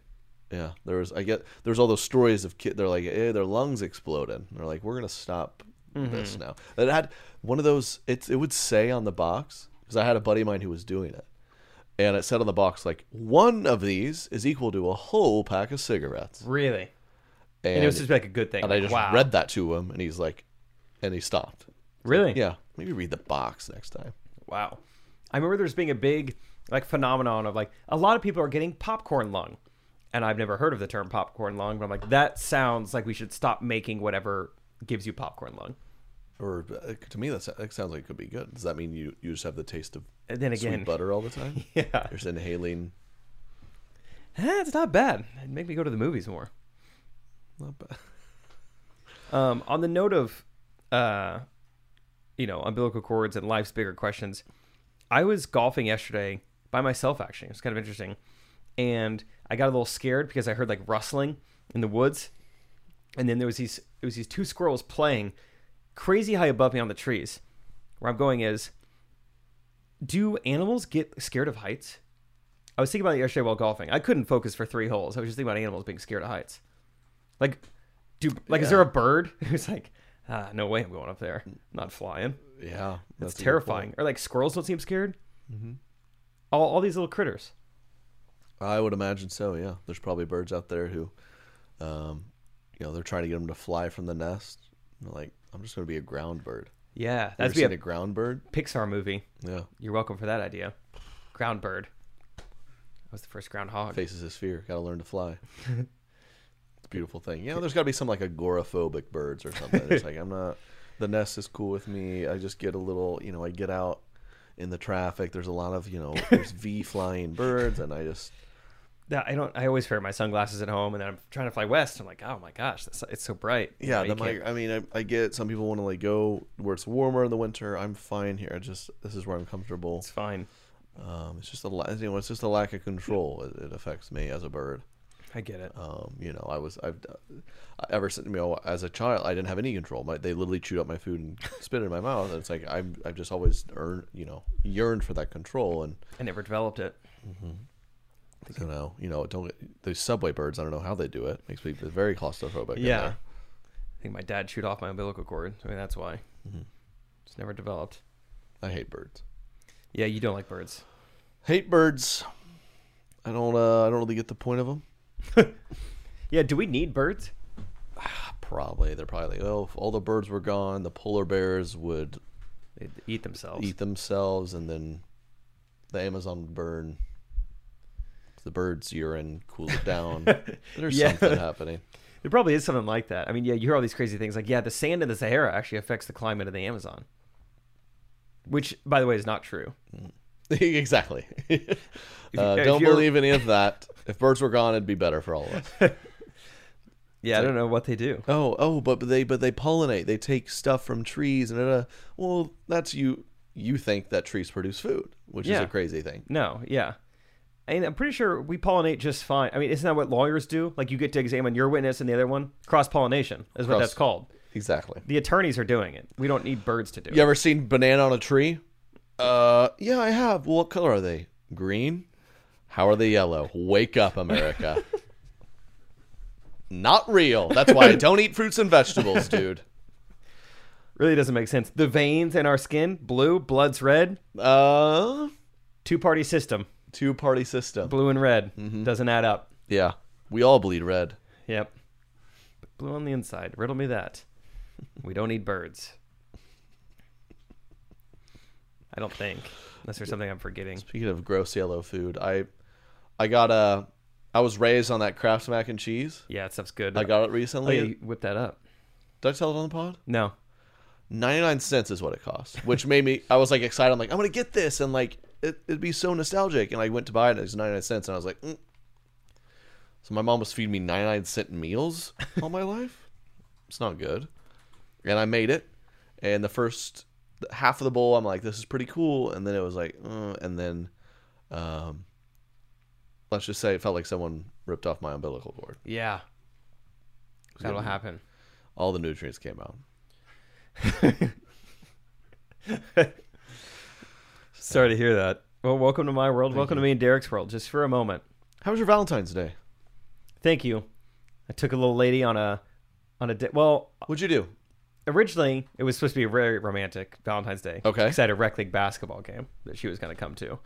S3: Yeah, there was. I get there's all those stories of kid. They're like, eh, their lungs exploded. And they're like, we're gonna stop
S4: Mm-hmm.
S3: this now. It had one of those. It's it would say on the box because I had a buddy of mine who was doing it, and it said on the box like one of these is equal to a whole pack of cigarettes.
S4: Really,
S3: And,
S4: and it was just like a good thing.
S3: and I
S4: like,
S3: just
S4: wow.
S3: read that to him, and he's like, and he stopped.
S4: Really?
S3: Yeah, maybe read the box next time.
S4: Wow. I remember there's being a big like phenomenon of like a lot of people are getting popcorn lung. And I've never heard of the term popcorn lung, but I'm like, that sounds like we should stop making whatever gives you popcorn lung.
S3: Or uh, to me, that's, that sounds like it could be good. Does that mean you you just have the taste of
S4: And then again,
S3: sweet butter all the time?
S4: Yeah.
S3: you're just inhaling.
S4: eh, it's not bad. It'd make me go to the movies more.
S3: Not bad.
S4: Um, on the note of, uh, you know, umbilical cords and life's bigger questions, I was golfing yesterday by myself. Actually, it was kind of interesting, and I got a little scared because I heard like rustling in the woods, and then there was these it was these two squirrels playing crazy high above me on the trees. Where I'm going is, do animals get scared of heights? I was thinking about it yesterday while golfing. I couldn't focus for three holes. I was just thinking about animals being scared of heights. Like, do like is there a bird who's like, ah, no way I'm going up there. I'm not flying.
S3: Yeah,
S4: That's
S3: a good
S4: terrifying. Or like squirrels don't seem scared. Mm-hmm. All, all these little critters.
S3: I would imagine so. Yeah, there's probably birds out there who, um, you know, they're trying to get them to fly from the nest. And They're like, I'm just going to be a ground bird.
S4: Yeah,
S3: Ever
S4: that'd be a
S3: seen a ground bird.
S4: Pixar movie.
S3: Yeah,
S4: You're welcome for that idea. Ground bird. That was the first groundhog.
S3: faces his fear. Got to learn to fly. It's a beautiful thing. You know, there's got to be some like agoraphobic birds or something. It's like I'm not. The nest is cool with me. I just get a little. You know, I get out in the traffic. There's a lot of you know, there's V flying birds, and I just
S4: Yeah, I don't. I always wear my sunglasses at home, and then I'm trying to fly west. I'm like, oh my gosh, that's, it's so bright.
S3: Yeah, the
S4: You can't-
S3: mig- I mean, I, I get some people want to like go where it's warmer in the winter. I'm fine here. I just this is where I'm comfortable.
S4: it's fine.
S3: Um, it's just a la- you know, it's just a lack of control. It, it affects me as a bird.
S4: I get it.
S3: Um, you know, I was I've d- uh, ever since you know as a child I didn't have any control. My, they literally chewed up my food and spit it in my mouth, and it's like I'm I've just always earned you know yearned for that control. And
S4: I never developed it.
S3: You know, you know, don't those subway birds. I don't know how they do it. Makes me very claustrophobic. in
S4: Yeah.
S3: there.
S4: I think my dad chewed off my umbilical cord. I mean, that's why. It's never developed.
S3: I hate birds.
S4: Yeah, you don't like birds.
S3: Hate birds. I don't. Uh, I don't really get the point of them.
S4: Yeah, do we need birds?
S3: Probably they're probably like, oh, if all the birds were gone, the polar bears would
S4: They eat themselves.
S3: eat themselves, and then the Amazon would burn. The birds' urine cool it down. There's
S4: Yeah.
S3: something happening.
S4: There probably is something like that. I mean, yeah, you hear all these crazy things like, yeah, the sand in the Sahara actually affects the climate of the Amazon, which, by the way, is not true.
S3: exactly. uh,
S4: if
S3: don't
S4: you're-
S3: believe any of that. If birds were gone, it'd be better for all of us.
S4: Yeah, I don't know what they do.
S3: Oh, oh, but they but they pollinate. They take stuff from trees and uh, well, that's you you think that trees produce food, which is
S4: Yeah.
S3: a crazy thing.
S4: No, yeah. And I'm pretty sure we pollinate just fine. I mean, isn't that what lawyers do? Like, you get to examine your witness and the other one? Cross pollination is what
S3: Cross-
S4: that's called.
S3: Exactly.
S4: The attorneys are doing it. We don't need birds to do
S3: You
S4: it.
S3: ever seen banana on a tree? Uh, yeah, I have. Well, what color are they? Green. How are they yellow? Wake up, America. Not real. That's why I don't eat fruits and vegetables, dude.
S4: Really doesn't make sense. The veins in our skin, blue, blood's red,
S3: Uh,
S4: two party system,
S3: two party system.
S4: blue and red. Doesn't add up.
S3: Yeah, we all bleed red.
S4: Yep. But blue on the inside. Riddle me that. We don't need birds. I don't think. Unless there's something I'm forgetting.
S3: Speaking of gross yellow food, I I got a I was raised on that Kraft mac and cheese.
S4: Yeah, that stuff's good.
S3: I got it
S4: oh,
S3: recently.
S4: yeah, you whip that up.
S3: Did I tell it on the pod?
S4: No.
S3: 99 cents is what it costs, which made me I was like excited. I'm like, I'm going to get this and like it, it'd be so nostalgic and I went to buy it and it was 99 cents and I was like, mm. So my mom was feeding me 99 cent meals all my life. It's not good. And I made it and the first half of the bowl I'm like, this is pretty cool and then it was like, uh, and then um let's just say it felt like someone ripped off my umbilical cord.
S4: Yeah. That'll happen.
S3: All the nutrients came out.
S4: Sorry to hear that. Well, welcome to my world. welcome to me and Derek's world, just for a moment.
S3: How was your Valentine's Day?
S4: Thank you. I took a little lady on a on a di- well,
S3: What'd you do?
S4: originally it was supposed to be a very romantic Valentine's Day.
S3: Okay.
S4: Because I had a rec league basketball game that she was going to come to.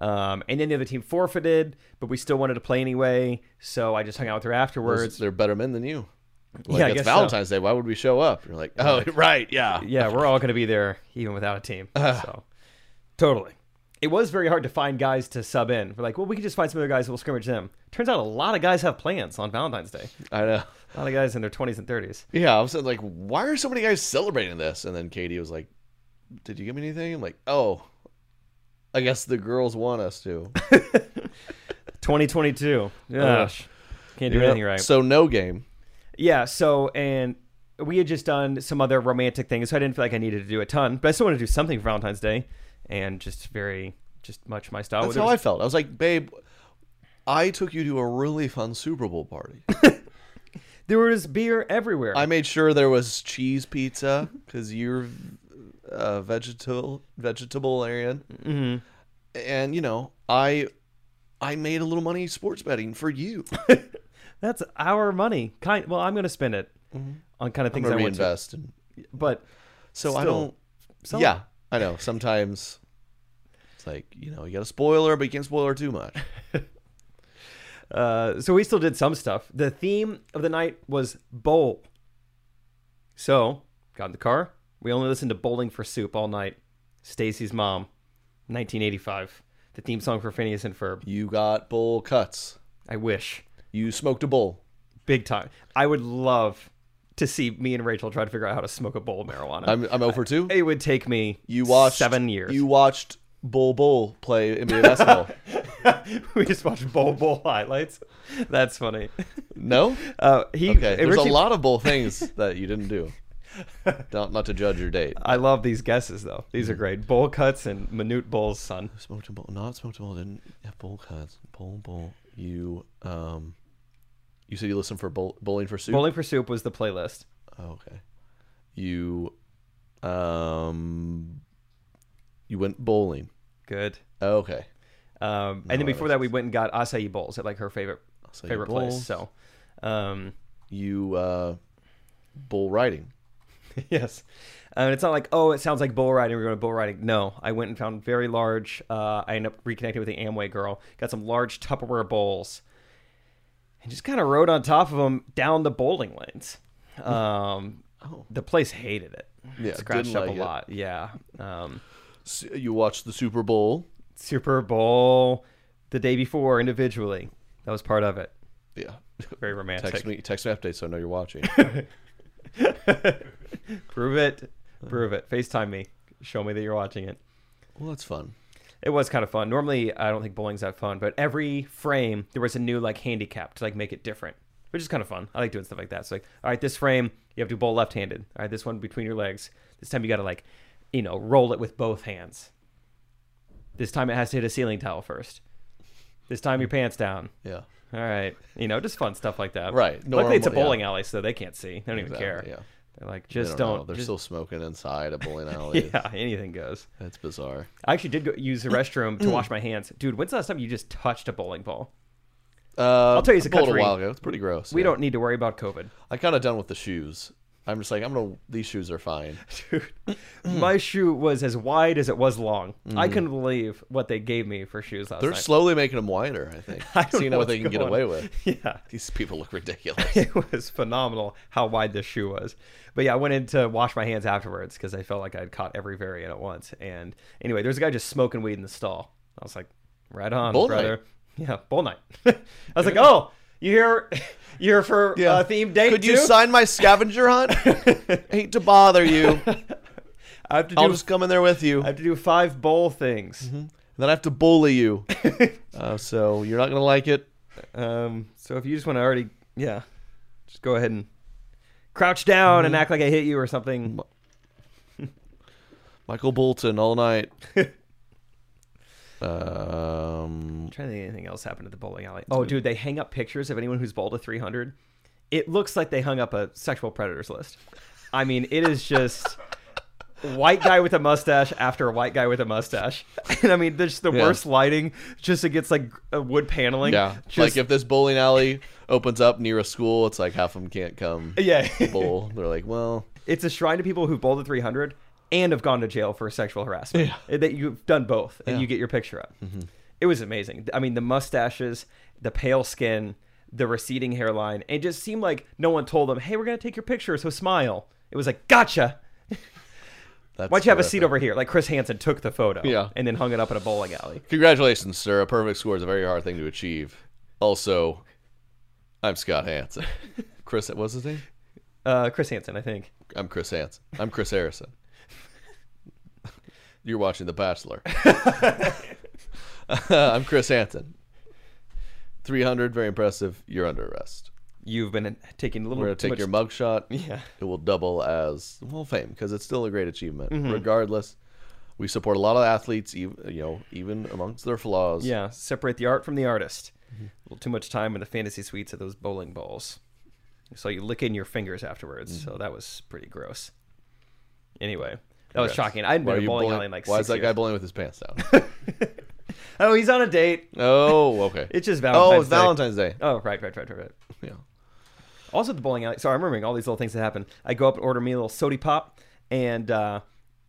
S4: Um, and then the other team forfeited, but we still wanted to play anyway. So I just hung out with her afterwards.
S3: Those- They're better men than you. Like
S4: Yeah, I
S3: it's
S4: guess so.
S3: Valentine's Day. Why would we show up? You're like, oh, right, yeah.
S4: yeah, we're all going to be there even without a team. so totally. It was very hard to find guys to sub in. We're like, well, we can just find some other guys that will scrimmage them. Turns out a lot of guys have plans on Valentine's Day.
S3: I know.
S4: A lot of guys in their 20s and 30s.
S3: Yeah, I was like, why are so many guys celebrating this? And then Katie was like, did you give me anything? I'm like, oh, I guess the girls want us to.
S4: 2022. Gosh. Can't do anything right.
S3: So no game.
S4: Yeah. So, and we had just done some other romantic things, so I didn't feel like I needed to do a ton, but I still wanted to do something for Valentine's Day, and just very, just much my style.
S3: That's
S4: There
S3: how I
S4: was-
S3: felt. I was like, babe, I took you to a really fun Super Bowl party.
S4: there was beer everywhere.
S3: I made sure there was cheese pizza because you're uh, vegetal vegetable-arian. Mm-hmm. and you know I I made a little money sports betting for you.
S4: That's our money. Kind. Well, I'm going to spend it on kind of
S3: Mm-hmm. I'm
S4: things I
S3: gonna
S4: want to.
S3: reinvest, and
S4: But
S3: so I
S4: Still,
S3: don't.
S4: some-
S3: Yeah, I know. Sometimes it's like you know you got a spoiler, but you can't spoil her too much.
S4: uh, so we still did some stuff. The theme of the night was bowl. So got in the car. We only listened to Bowling for Soup all night. Stacy's mom, 1985. The theme song for Phineas and Ferb.
S3: You got bull cuts.
S4: I wish.
S3: You smoked a bull.
S4: Big time. I would love to see me and Rachel try to figure out how to smoke a bowl of marijuana.
S3: I'm I'm over two.
S4: it would take me
S3: You watched
S4: seven years.
S3: You watched Bull Bull play NBA basketball.
S4: we just watched bowl bowl highlights. That's funny.
S3: no.
S4: Uh, he
S3: Okay, there's
S4: Richie-
S3: a lot of bull things that you didn't do. Not, not to judge your date.
S4: I love these guesses though. These are
S3: Mm.
S4: great. Bowl cuts and minute bowls, son.
S3: Smoked a bull, not smoked a bull, didn't have bull cuts. Bull, bull. You, um, you said you listen for bull, bowling for soup.
S4: Bowling for Soup was the playlist.
S3: Oh, okay. You, um, you went bowling.
S4: Good.
S3: Okay.
S4: Um, and then before that, we went and got acai bowls at like her favorite
S3: Acai
S4: favorite
S3: bowls.
S4: place. So, um,
S3: You uh, bull riding.
S4: yes. And it's not like, oh, it sounds like bull riding. We're going to bull riding. No, I went and found very large. Uh, I ended up reconnecting with the Amway girl. Got some large Tupperware bowls, and just kind of rode on top of them down the bowling lanes. Um, the place hated it.
S3: Oh. Yeah,
S4: scratched
S3: didn't
S4: up
S3: like
S4: a
S3: it.
S4: lot. Yeah. Um,
S3: S- You watched the Super Bowl.
S4: Super Bowl the day before individually. That was part of it.
S3: Yeah.
S4: Very romantic.
S3: Text me, text me updates so I know you're watching.
S4: Prove it.
S3: Uh.
S4: Prove it. FaceTime me. Show me that you're watching it.
S3: well, that's fun.
S4: It was kind of fun. Normally, I don't think bowling's that fun, but every frame there was a new like handicap to like make it different, which is kind of fun. I like doing stuff like that. So like, all right, this frame you have to bowl left-handed. All right, this one between your legs. This time you got to like, you know, roll it with both hands. This time it has to hit a ceiling tile first. This time your pants down.
S3: Yeah.
S4: All right, you know, just fun stuff like that.
S3: Right.
S4: Luckily, it's a
S3: Normal- yeah.
S4: bowling alley, so they can't see. They don't even care.
S3: Exactly, yeah.
S4: They're like,
S3: They
S4: just
S3: know.
S4: don't.
S3: They're
S4: just-
S3: still smoking inside a bowling alley.
S4: yeah, anything goes.
S3: That's bizarre.
S4: I actually did go use the restroom to wash my hands. Dude, when's the last time you just touched a bowling ball?
S3: Uh, I'll
S4: tell you, it's a
S3: bowled
S4: country.
S3: a while ago. It's pretty gross.
S4: We
S3: yeah.
S4: don't need to worry about COVID.
S3: I kind of done with the shoes. I'm just like I'm gonna. These shoes are fine.
S4: my shoe was as wide as it was long. I couldn't believe what they gave me for shoes last
S3: They're
S4: night.
S3: slowly making them wider. I think.
S4: I don't
S3: Seeing
S4: know
S3: what they
S4: what's
S3: can get
S4: going
S3: away
S4: on.
S3: with.
S4: yeah.
S3: These people look ridiculous.
S4: It was phenomenal how wide this shoe was. But yeah, I went in to wash my hands afterwards because I felt like I'd caught every variant at once. And anyway, there's a guy just smoking weed in the stall. I was like, right on,
S3: Bowl
S4: brother.
S3: night.
S4: Yeah, bowl night. I was like, oh, you here? You're for uh, themed date
S3: Could you
S4: too?
S3: sign my scavenger hunt? Hate to bother you.
S4: I have to do
S3: I'll just come in there with you.
S4: I have to do five bowl things.
S3: Then I have to bully you. uh, so you're not gonna like it.
S4: Um, so if you just want to already, yeah, just go ahead and crouch down
S3: Mm-hmm.
S4: and act like I hit you or something.
S3: Michael Bolton all night. um,
S4: I'm trying to think of anything else happened at the bowling alley. Oh, dude, they hang up pictures of anyone who's bowled a 300. It looks like they hung up a sexual predators list. I mean, it is just white guy with a mustache after a white guy with a mustache. And I mean, there's the
S3: Yeah.
S4: worst lighting just against like a wood paneling.
S3: yeah,
S4: Just,
S3: like if this bowling alley opens up near a school, it's like half of them can't come.
S4: yeah.
S3: bowl. They're like, well,
S4: it's a shrine to people who've bowled the 300 and have gone to jail for sexual harassment. That you've done both and you get your picture up.
S3: Mm-hmm.
S4: It was amazing. I mean, the mustaches, the pale skin, the receding hairline. It just seemed like no one told them, hey, we're going to take your picture, so smile. It was like, gotcha.
S3: that's
S4: Why don't you have a seat
S3: terrific.
S4: over here? Like Chris Hansen took the photo
S3: Yeah.
S4: and then hung it up in a bowling alley.
S3: Congratulations, sir. A perfect score is a very hard thing to achieve. Also, I'm Scott Hansen. Chris, what's his name?
S4: Uh, Chris Hansen, I think.
S3: I'm Chris Hansen. I'm Chris Harrison. You're watching The Bachelor. I'm Chris Hansen. 300, very impressive. You're under arrest.
S4: You've been taking a little
S3: We're going
S4: too
S3: to take
S4: much-
S3: your mugshot.
S4: Yeah.
S3: It will double as Hall of Fame because it's still a great achievement.
S4: Mm-hmm.
S3: Regardless, we support a lot of athletes, even, you know, even amongst their flaws.
S4: Yeah, separate the art from the artist.
S3: Mm-hmm.
S4: A little too much time in the fantasy suites of those bowling balls. So you lick in your fingers afterwards. So
S3: Mm-hmm.
S4: that was pretty gross. Anyway, that was shocking. I hadn't
S3: Why,
S4: been
S3: are
S4: to a
S3: you
S4: bowling
S3: bowling-
S4: alley in like
S3: why
S4: six
S3: is that
S4: years.
S3: guy bowling with his pants down?
S4: oh, he's on a date.
S3: oh, okay.
S4: It's just
S3: oh,
S4: Valentine's
S3: it's
S4: Day.
S3: Valentine's Day.
S4: Oh, right, right, right, right, right.
S3: Yeah.
S4: Also, at the bowling alley. Sorry, I'm remembering all these little things that happen. I go up and order me a little soda pop, and uh,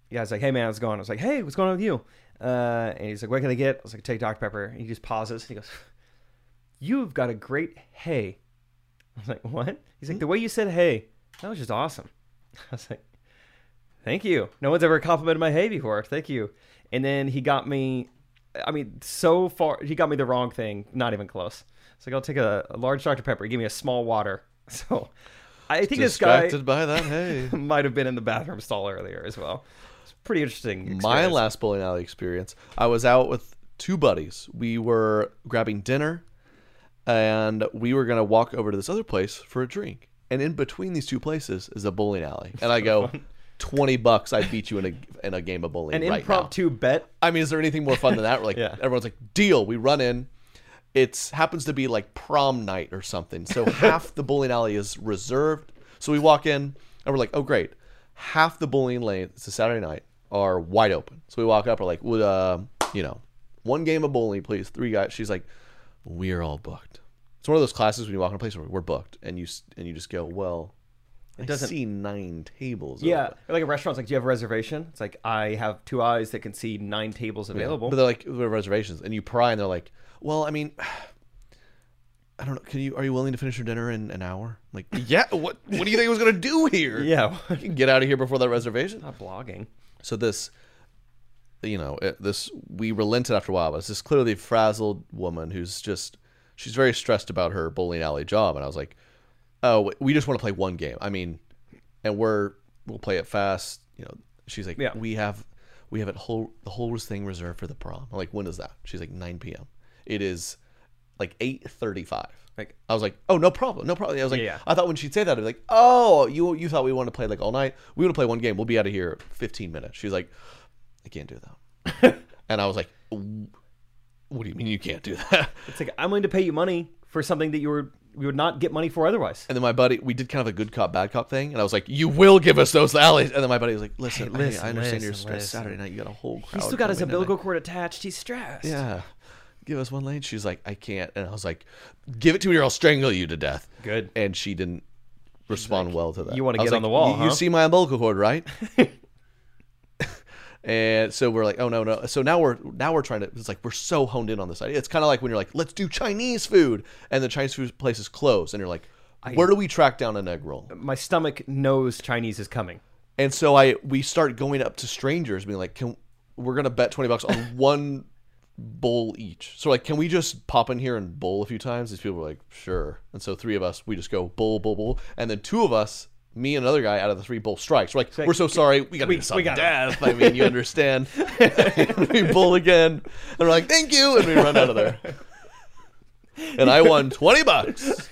S4: the guy's like, "Hey man, how's it going?" I was like, "Hey, what's going on with you?" Uh, and he's like, "What can I get?" I was like, "Take Dr Pepper." And he just pauses. And he goes, "You've got a great hey." I was like, "What?" He's
S3: Hmm?
S4: like, "The way you said hey, that was just awesome." I was like, "Thank you. No one's ever complimented my hey before. Thank you." And then he got me. I mean, so far he got me the wrong thing. Not even close. So like, I'll take a, a large Dr Pepper. He gave me a small water. So I think this guy
S3: Distracted by that. Hey.
S4: might have been in the bathroom stall earlier as well. It's pretty interesting.
S3: My
S4: experience.
S3: last bowling alley experience, I was out with two buddies. We were grabbing dinner and we were going to walk over to this other place for a drink. And in between these two places is a bowling alley. And I go, 20 bucks, I beat you in a, in a game of bowling
S4: an
S3: right now.
S4: impromptu bet.
S3: I mean, is there anything more fun than that? We're like,
S4: Yeah.
S3: everyone's like, deal. We run in. It's happens to be like prom night or something. So half the bowling alley is reserved. So we walk in and we're like, oh great, half the bowling lane. It's a Saturday night. Are wide open. So we walk up. We're like, well, uh, you know, One game of bowling, please. Three guys. She's like, we're all booked. It's one of those classes when you walk in a place where we're booked, and you s- and you just go, well, it I
S4: doesn't-
S3: see nine tables.
S4: Yeah,
S3: open."
S4: or like a restaurant's like, do you have a reservation? It's like I have two eyes that can see nine tables available.
S3: But they're like we have reservations, and you pry, and they're like, "Well, I mean, I don't know. Can you? Are you willing to finish your dinner in an hour?" I'm like, yeah. What? What do you think I was gonna do here?
S4: yeah,
S3: you can get out of here before that reservation.
S4: not blogging.
S3: So this, you know, it, this we relented after a while. But it's this clearly frazzled woman who's just she's very stressed about her bowling alley job, and I was like, "Oh, we just want to play one game. I mean, and we're we'll play it fast." You know, she's like,
S4: Yeah.
S3: "We have we have it whole the whole thing reserved for the prom." I'm like, "When is that?" She's like, "9 p.m." It is like 8:35.
S4: Like-
S3: I was like, "Oh, no problem, no problem." I was like,
S4: Yeah.
S3: "I thought when she'd say that, I'd be like, oh, you you thought we wanted to play like all night? We want to play one game. We'll be out of here 15 minutes." She's like, "I can't do that," and I was like, "W- "What do you mean you can't do that?"
S4: It's like I'm willing to pay you money for something that you were you would not get money for otherwise.
S3: And then my buddy, we did kind of a good cop, bad cop thing, and I was like, "You will give us those alleys." And then my buddy was like, "Listen, Lenny,
S4: listen,
S3: I understand you're
S4: listen,
S3: stressed.
S4: listen.
S3: Saturday night, you got a whole crowd."
S4: He's still got his
S3: coming in."
S4: umbilical cord attached. He's stressed.
S3: Yeah. Give us one lane. She's like, I can't. And I was like, give it to me or I'll strangle you to death.
S4: Good.
S3: And she didn't respond well to that.
S4: "You wanna
S3: I was
S4: get on
S3: like,
S4: the wall,
S3: You
S4: huh?"
S3: you see my umbilical cord, right? and so we're like, oh no, no. So now we're now we're trying to it's like we're so honed in on this idea. It's kinda like when you're like, let's do Chinese food and the Chinese food place is closed and you're like, where do we track down an egg roll?
S4: My stomach knows Chinese is coming.
S3: And so I we start going up to strangers, being like, "Can we're gonna bet twenty bucks on one bowl each?" So like, can we just pop in here and bowl a few times? These people were like, "Sure." And so three of us, we just go bowl, bowl, bowl, and then two of us, me and another guy, out of the three bowl strikes. We're like, "We're so sorry, we gotta
S4: we-
S3: do this on
S4: we gotta-
S3: death." I mean, you understand? And we bowl again, and we're like, "Thank you," and we run out of there. And I won twenty bucks.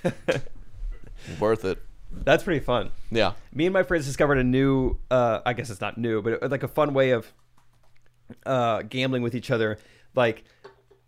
S3: Worth it.
S4: That's pretty fun.
S3: Yeah.
S4: me and my friends discovered a new uh, i guess it's not new but it, like a fun way of uh, gambling with each other like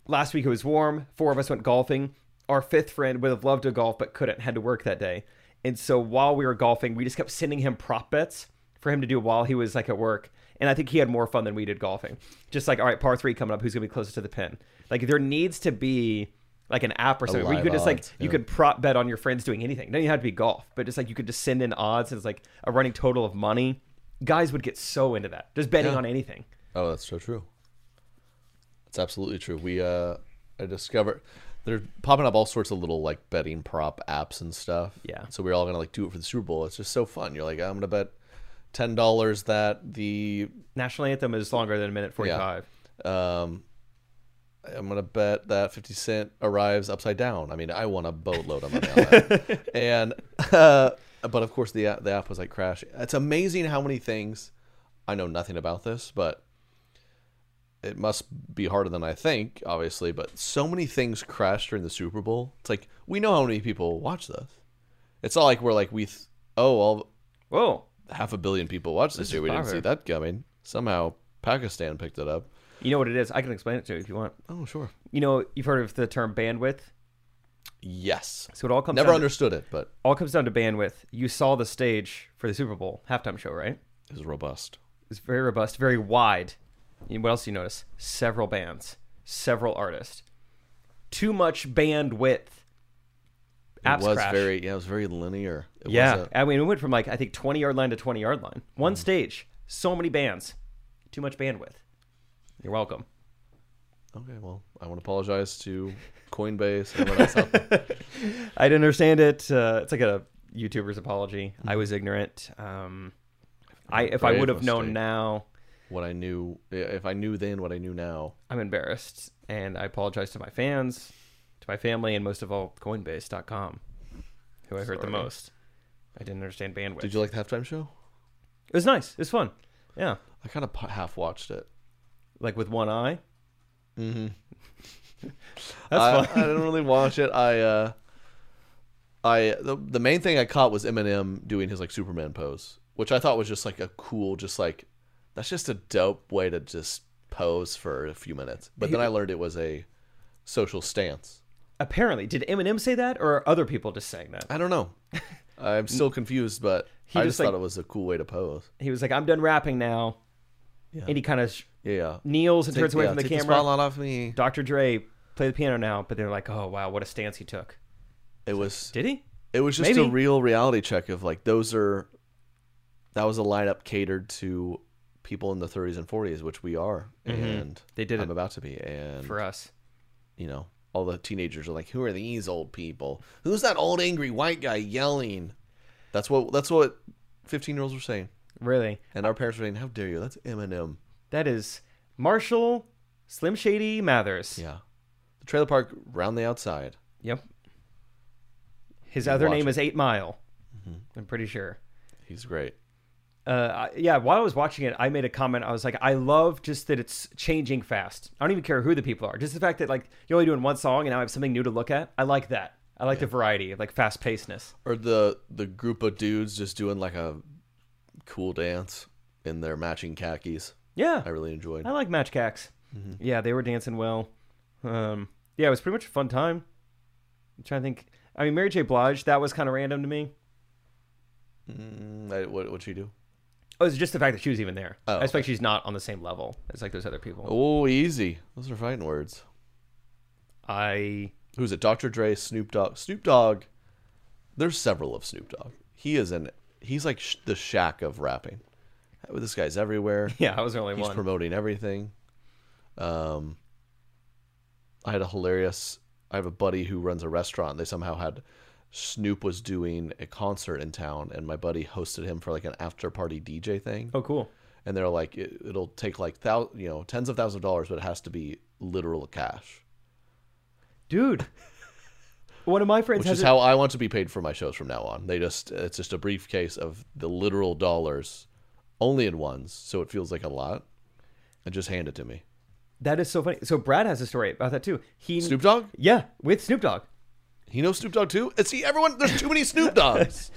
S4: last week it was warm four of us went golfing our fifth friend would have loved to golf but couldn't had to work that day and so while we were golfing we just kept sending him prop bets for him to do while he was like at work and i think he had more fun than we did golfing just like all right par three coming up who's going to be closest to the pin like there needs to be like an app or something where you
S3: live
S4: could just like
S3: odds,
S4: you
S3: yeah.
S4: could prop bet on your friends doing anything. It doesn't even have to be golf, but just like you could just send in odds and it's like a running total of money. Guys would get so into that, just betting on anything.
S3: Oh, that's so true. That's absolutely true. We uh I discovered they're popping up all sorts of little like betting prop apps and stuff.
S4: Yeah.
S3: So we're all gonna like do it for the Super Bowl. It's just so fun. You're like, I'm gonna bet ten dollars that the
S4: National anthem is longer than a minute forty-five.
S3: um I'm gonna bet that Fifty Cent arrives upside down. I mean, I won a boatload of money on that. and uh, but of course the app- the app was like crashing. It's amazing how many things I know nothing about this, but it must be harder than I think, obviously. But so many things crashed during the Super Bowl. It's like we know how many people watch this. It's not like we're like we th- oh well
S4: Whoa,
S3: half a billion people watch this, year. We didn't see
S4: popular.
S3: that coming. Somehow Pakistan picked it up.
S4: you know what it is? I can explain it to you if you want.
S3: Oh sure.
S4: You know, you've heard of the term bandwidth.
S3: Yes.
S4: So it all comes
S3: Never
S4: down to-
S3: understood it, but
S4: all comes down to bandwidth. You saw the stage for the Super Bowl halftime show, right?
S3: it was robust.
S4: It's very robust, very wide. And what else do you notice? Several bands, several artists. Too much bandwidth. Apps
S3: it was
S4: crash.
S3: very yeah, it was very linear. It Hmm.
S4: yeah.
S3: wasn't-
S4: I mean, we went from like I think twenty yard line to twenty yard line. One stage, so many bands, too much bandwidth. You're welcome.
S3: okay, well, I want to apologize to Coinbase and everyone else out there.
S4: I didn't understand it. Uh, it's like a YouTuber's apology.
S3: Mm-hmm.
S4: I was ignorant. Um, I if I
S3: Brave
S4: would have
S3: mistake.
S4: known now,
S3: what I knew if I knew then what I knew now.
S4: I'm embarrassed, and I apologize to my fans, to my family, and most of all, Coinbase.com, who I hurt the most. I didn't understand bandwidth.
S3: Did you like the halftime show?
S4: it was nice. It was fun. Yeah,
S3: I kind of half watched it.
S4: like with one eye.
S3: Mm-hmm. I, I didn't really watch it. I uh I the, the main thing I caught was Eminem doing his like Superman pose, which I thought was just like a cool just like that's just a dope way to just pose for a few minutes. But then I learned it was a social stance.
S4: Apparently, did Eminem say that, or are other people just saying that?
S3: I don't know. I'm still confused, but I
S4: just,
S3: just, thought
S4: like-
S3: it was a cool way to pose.
S4: He was like, "I'm done rapping now. and he kind of sh-
S3: Yeah, yeah.
S4: kneels and
S3: Take-
S4: turns away
S3: yeah,
S4: from the
S3: take
S4: camera.
S3: spotlight off me.
S4: Dr. Dre play the piano now, but they're like, oh wow, what a stance he took.
S3: It was
S4: Did he?
S3: it was just a
S4: Maybe.
S3: real reality check of like those are that was a lineup catered to people in the 30s and 40s, which we are, and
S4: Mm-hmm. They did
S3: I'm
S4: it
S3: about to be, and
S4: for us.
S3: you know all the teenagers are like, who are these old people? Who's that old angry white guy yelling? That's what that's what 15 year olds were saying,
S4: Really,
S3: and our parents were saying, how dare you? That's Eminem.
S4: that is Marshall Slim Shady Mathers.
S3: Yeah, the trailer park round the outside.
S4: Yep. His other
S3: watch
S4: name is Eight Mile.
S3: Mm-hmm.
S4: I'm pretty sure.
S3: He's great.
S4: uh, I- yeah, while I was watching it, I made a comment. I was like, I love just that it's changing fast. I don't even care who the people are. Just the fact that like you're only doing one song and now I have something new to look at. I like that. I like the variety of like fast pacedness.
S3: or the the group of dudes just doing like a cool dance in their matching khakis.
S4: Yeah,
S3: I really enjoyed.
S4: I like match cacks.
S3: Mm-hmm.
S4: Yeah, they were dancing well. Um, yeah, it was pretty much a fun time. I'm trying to think. I mean, Mary J. Blige. That was kind of random to me.
S3: Mm, I, what what you do?
S4: Oh, it's just the fact that she was even there.
S3: Oh,
S4: I expect she's not on the same level as like those other people.
S3: Oh, easy. Those are fighting words.
S4: I
S3: Who's it? Dr. Dre, Snoop Dogg. Snoop Dogg. There's several of Snoop Dogg. He is in. He's like sh- the shack of rapping. This guy's everywhere.
S4: yeah, I was the only
S3: He's
S4: one.
S3: promoting everything. Um, I had a hilarious. I have a buddy who runs a restaurant. They somehow had Snoop was doing a concert in town, and my buddy hosted him for like an after party DJ thing.
S4: oh, cool.
S3: And they're like, it, it'll take like thou, you know, tens of thousands of dollars, but it has to be literal cash,
S4: dude. One of my friends
S3: which
S4: has
S3: is
S4: a-
S3: how I want to be paid for my shows from now on. They just it's just a briefcase of the literal dollars, only in ones, so it feels like a lot, and just hand it to me.
S4: that is so funny. So Brad has a story about that too. He
S3: Snoop Dogg.
S4: yeah, with Snoop Dogg.
S3: He knows Snoop Dogg too. It's he. Everyone, there's too many Snoop Dogs.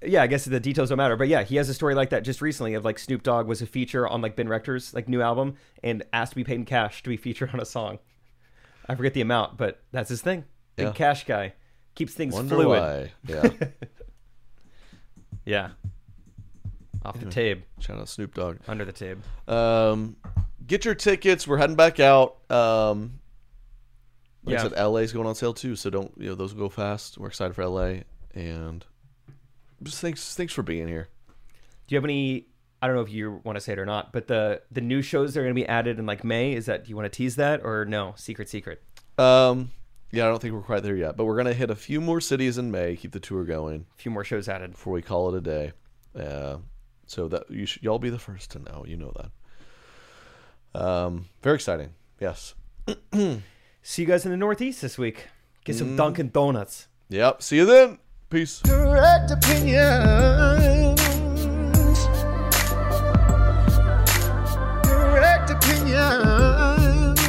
S4: Yeah, I guess the details don't matter, but yeah, he has a story like that just recently of like Snoop Dogg was a feature on like Ben Rector's like new album and asked to be paid in cash to be featured on a song. I forget the amount, but that's his thing. Big
S3: Yeah.
S4: cash guy keeps things
S3: Wonder
S4: fluid.
S3: why. Yeah.
S4: Yeah, off the tab,
S3: Shout out Snoop Dogg.
S4: under the tab.
S3: Um, get your tickets. We're heading back out. Um, like
S4: Yeah.
S3: I said, LA's going on sale too, so don't you know those will go fast. We're excited for LA, and just thanks thanks for being here.
S4: Do you have any? I don't know if you want to say it or not, but the the new shows that are going to be added in like May is that do you want to tease that or no? Secret, secret.
S3: Um, yeah, I don't think we're quite there yet, but we're gonna hit a few more cities in May. Keep the tour going
S4: A few more shows added.
S3: before we call it a day. Uh, so that you should y'all be the first to know. You know that. Um, very exciting. Yes.
S4: See you guys in the Northeast this week. Get
S3: Mm.
S4: some Dunkin' Donuts.
S3: Yep. See you then. Peace.
S9: Direct opinions. Direct opinions.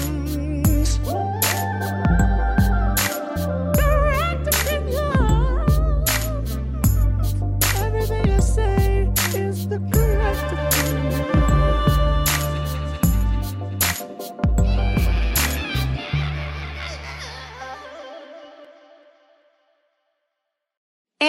S9: Direct opinions. Everything I say is the correct opinion.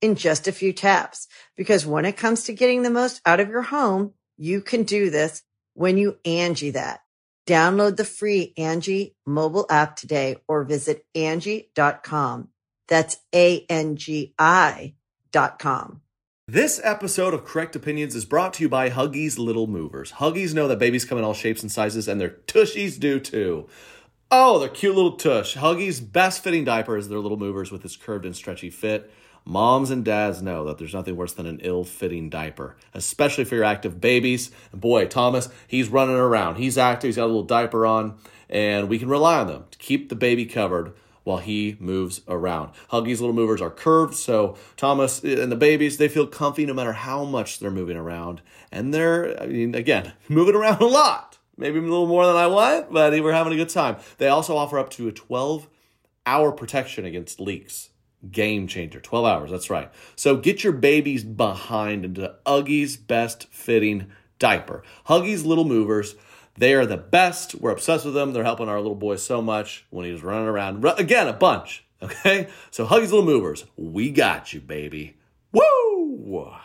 S5: in just a few taps. Because when it comes to getting the most out of your home, you can do this when you Angie that. Download the free Angie mobile app today or visit Angie.com. That's A-N-G-I dot com.
S6: This episode of Correct Opinions is brought to you by Huggies Little Movers. Huggies know that babies come in all shapes and sizes, and their tushies do too.
S3: Oh, they're cute little tush. Huggies' best fitting diaper is their little movers with its curved and stretchy fit. Moms and dads know that there's nothing worse than an ill fitting diaper, especially for your active babies. And boy, Thomas, he's running around. He's active, he's got a little diaper on, and we can rely on them to keep the baby covered while he moves around. Huggies' little movers are curved, so Thomas and the babies, they feel comfy no matter how much they're moving around. And they're, I mean, again, moving around a lot maybe a little more than I want, but we're having a good time. They also offer up to a 12 hour protection against leaks. Game changer. 12 hours, that's right. So get your babies behind into Huggies' best fitting diaper. Huggies Little Movers. They are the best. We're obsessed with them. They're helping our little boy so much when he was running around. Ru- Again, a bunch. Okay? So Huggies Little Movers, we got you, baby. Woo!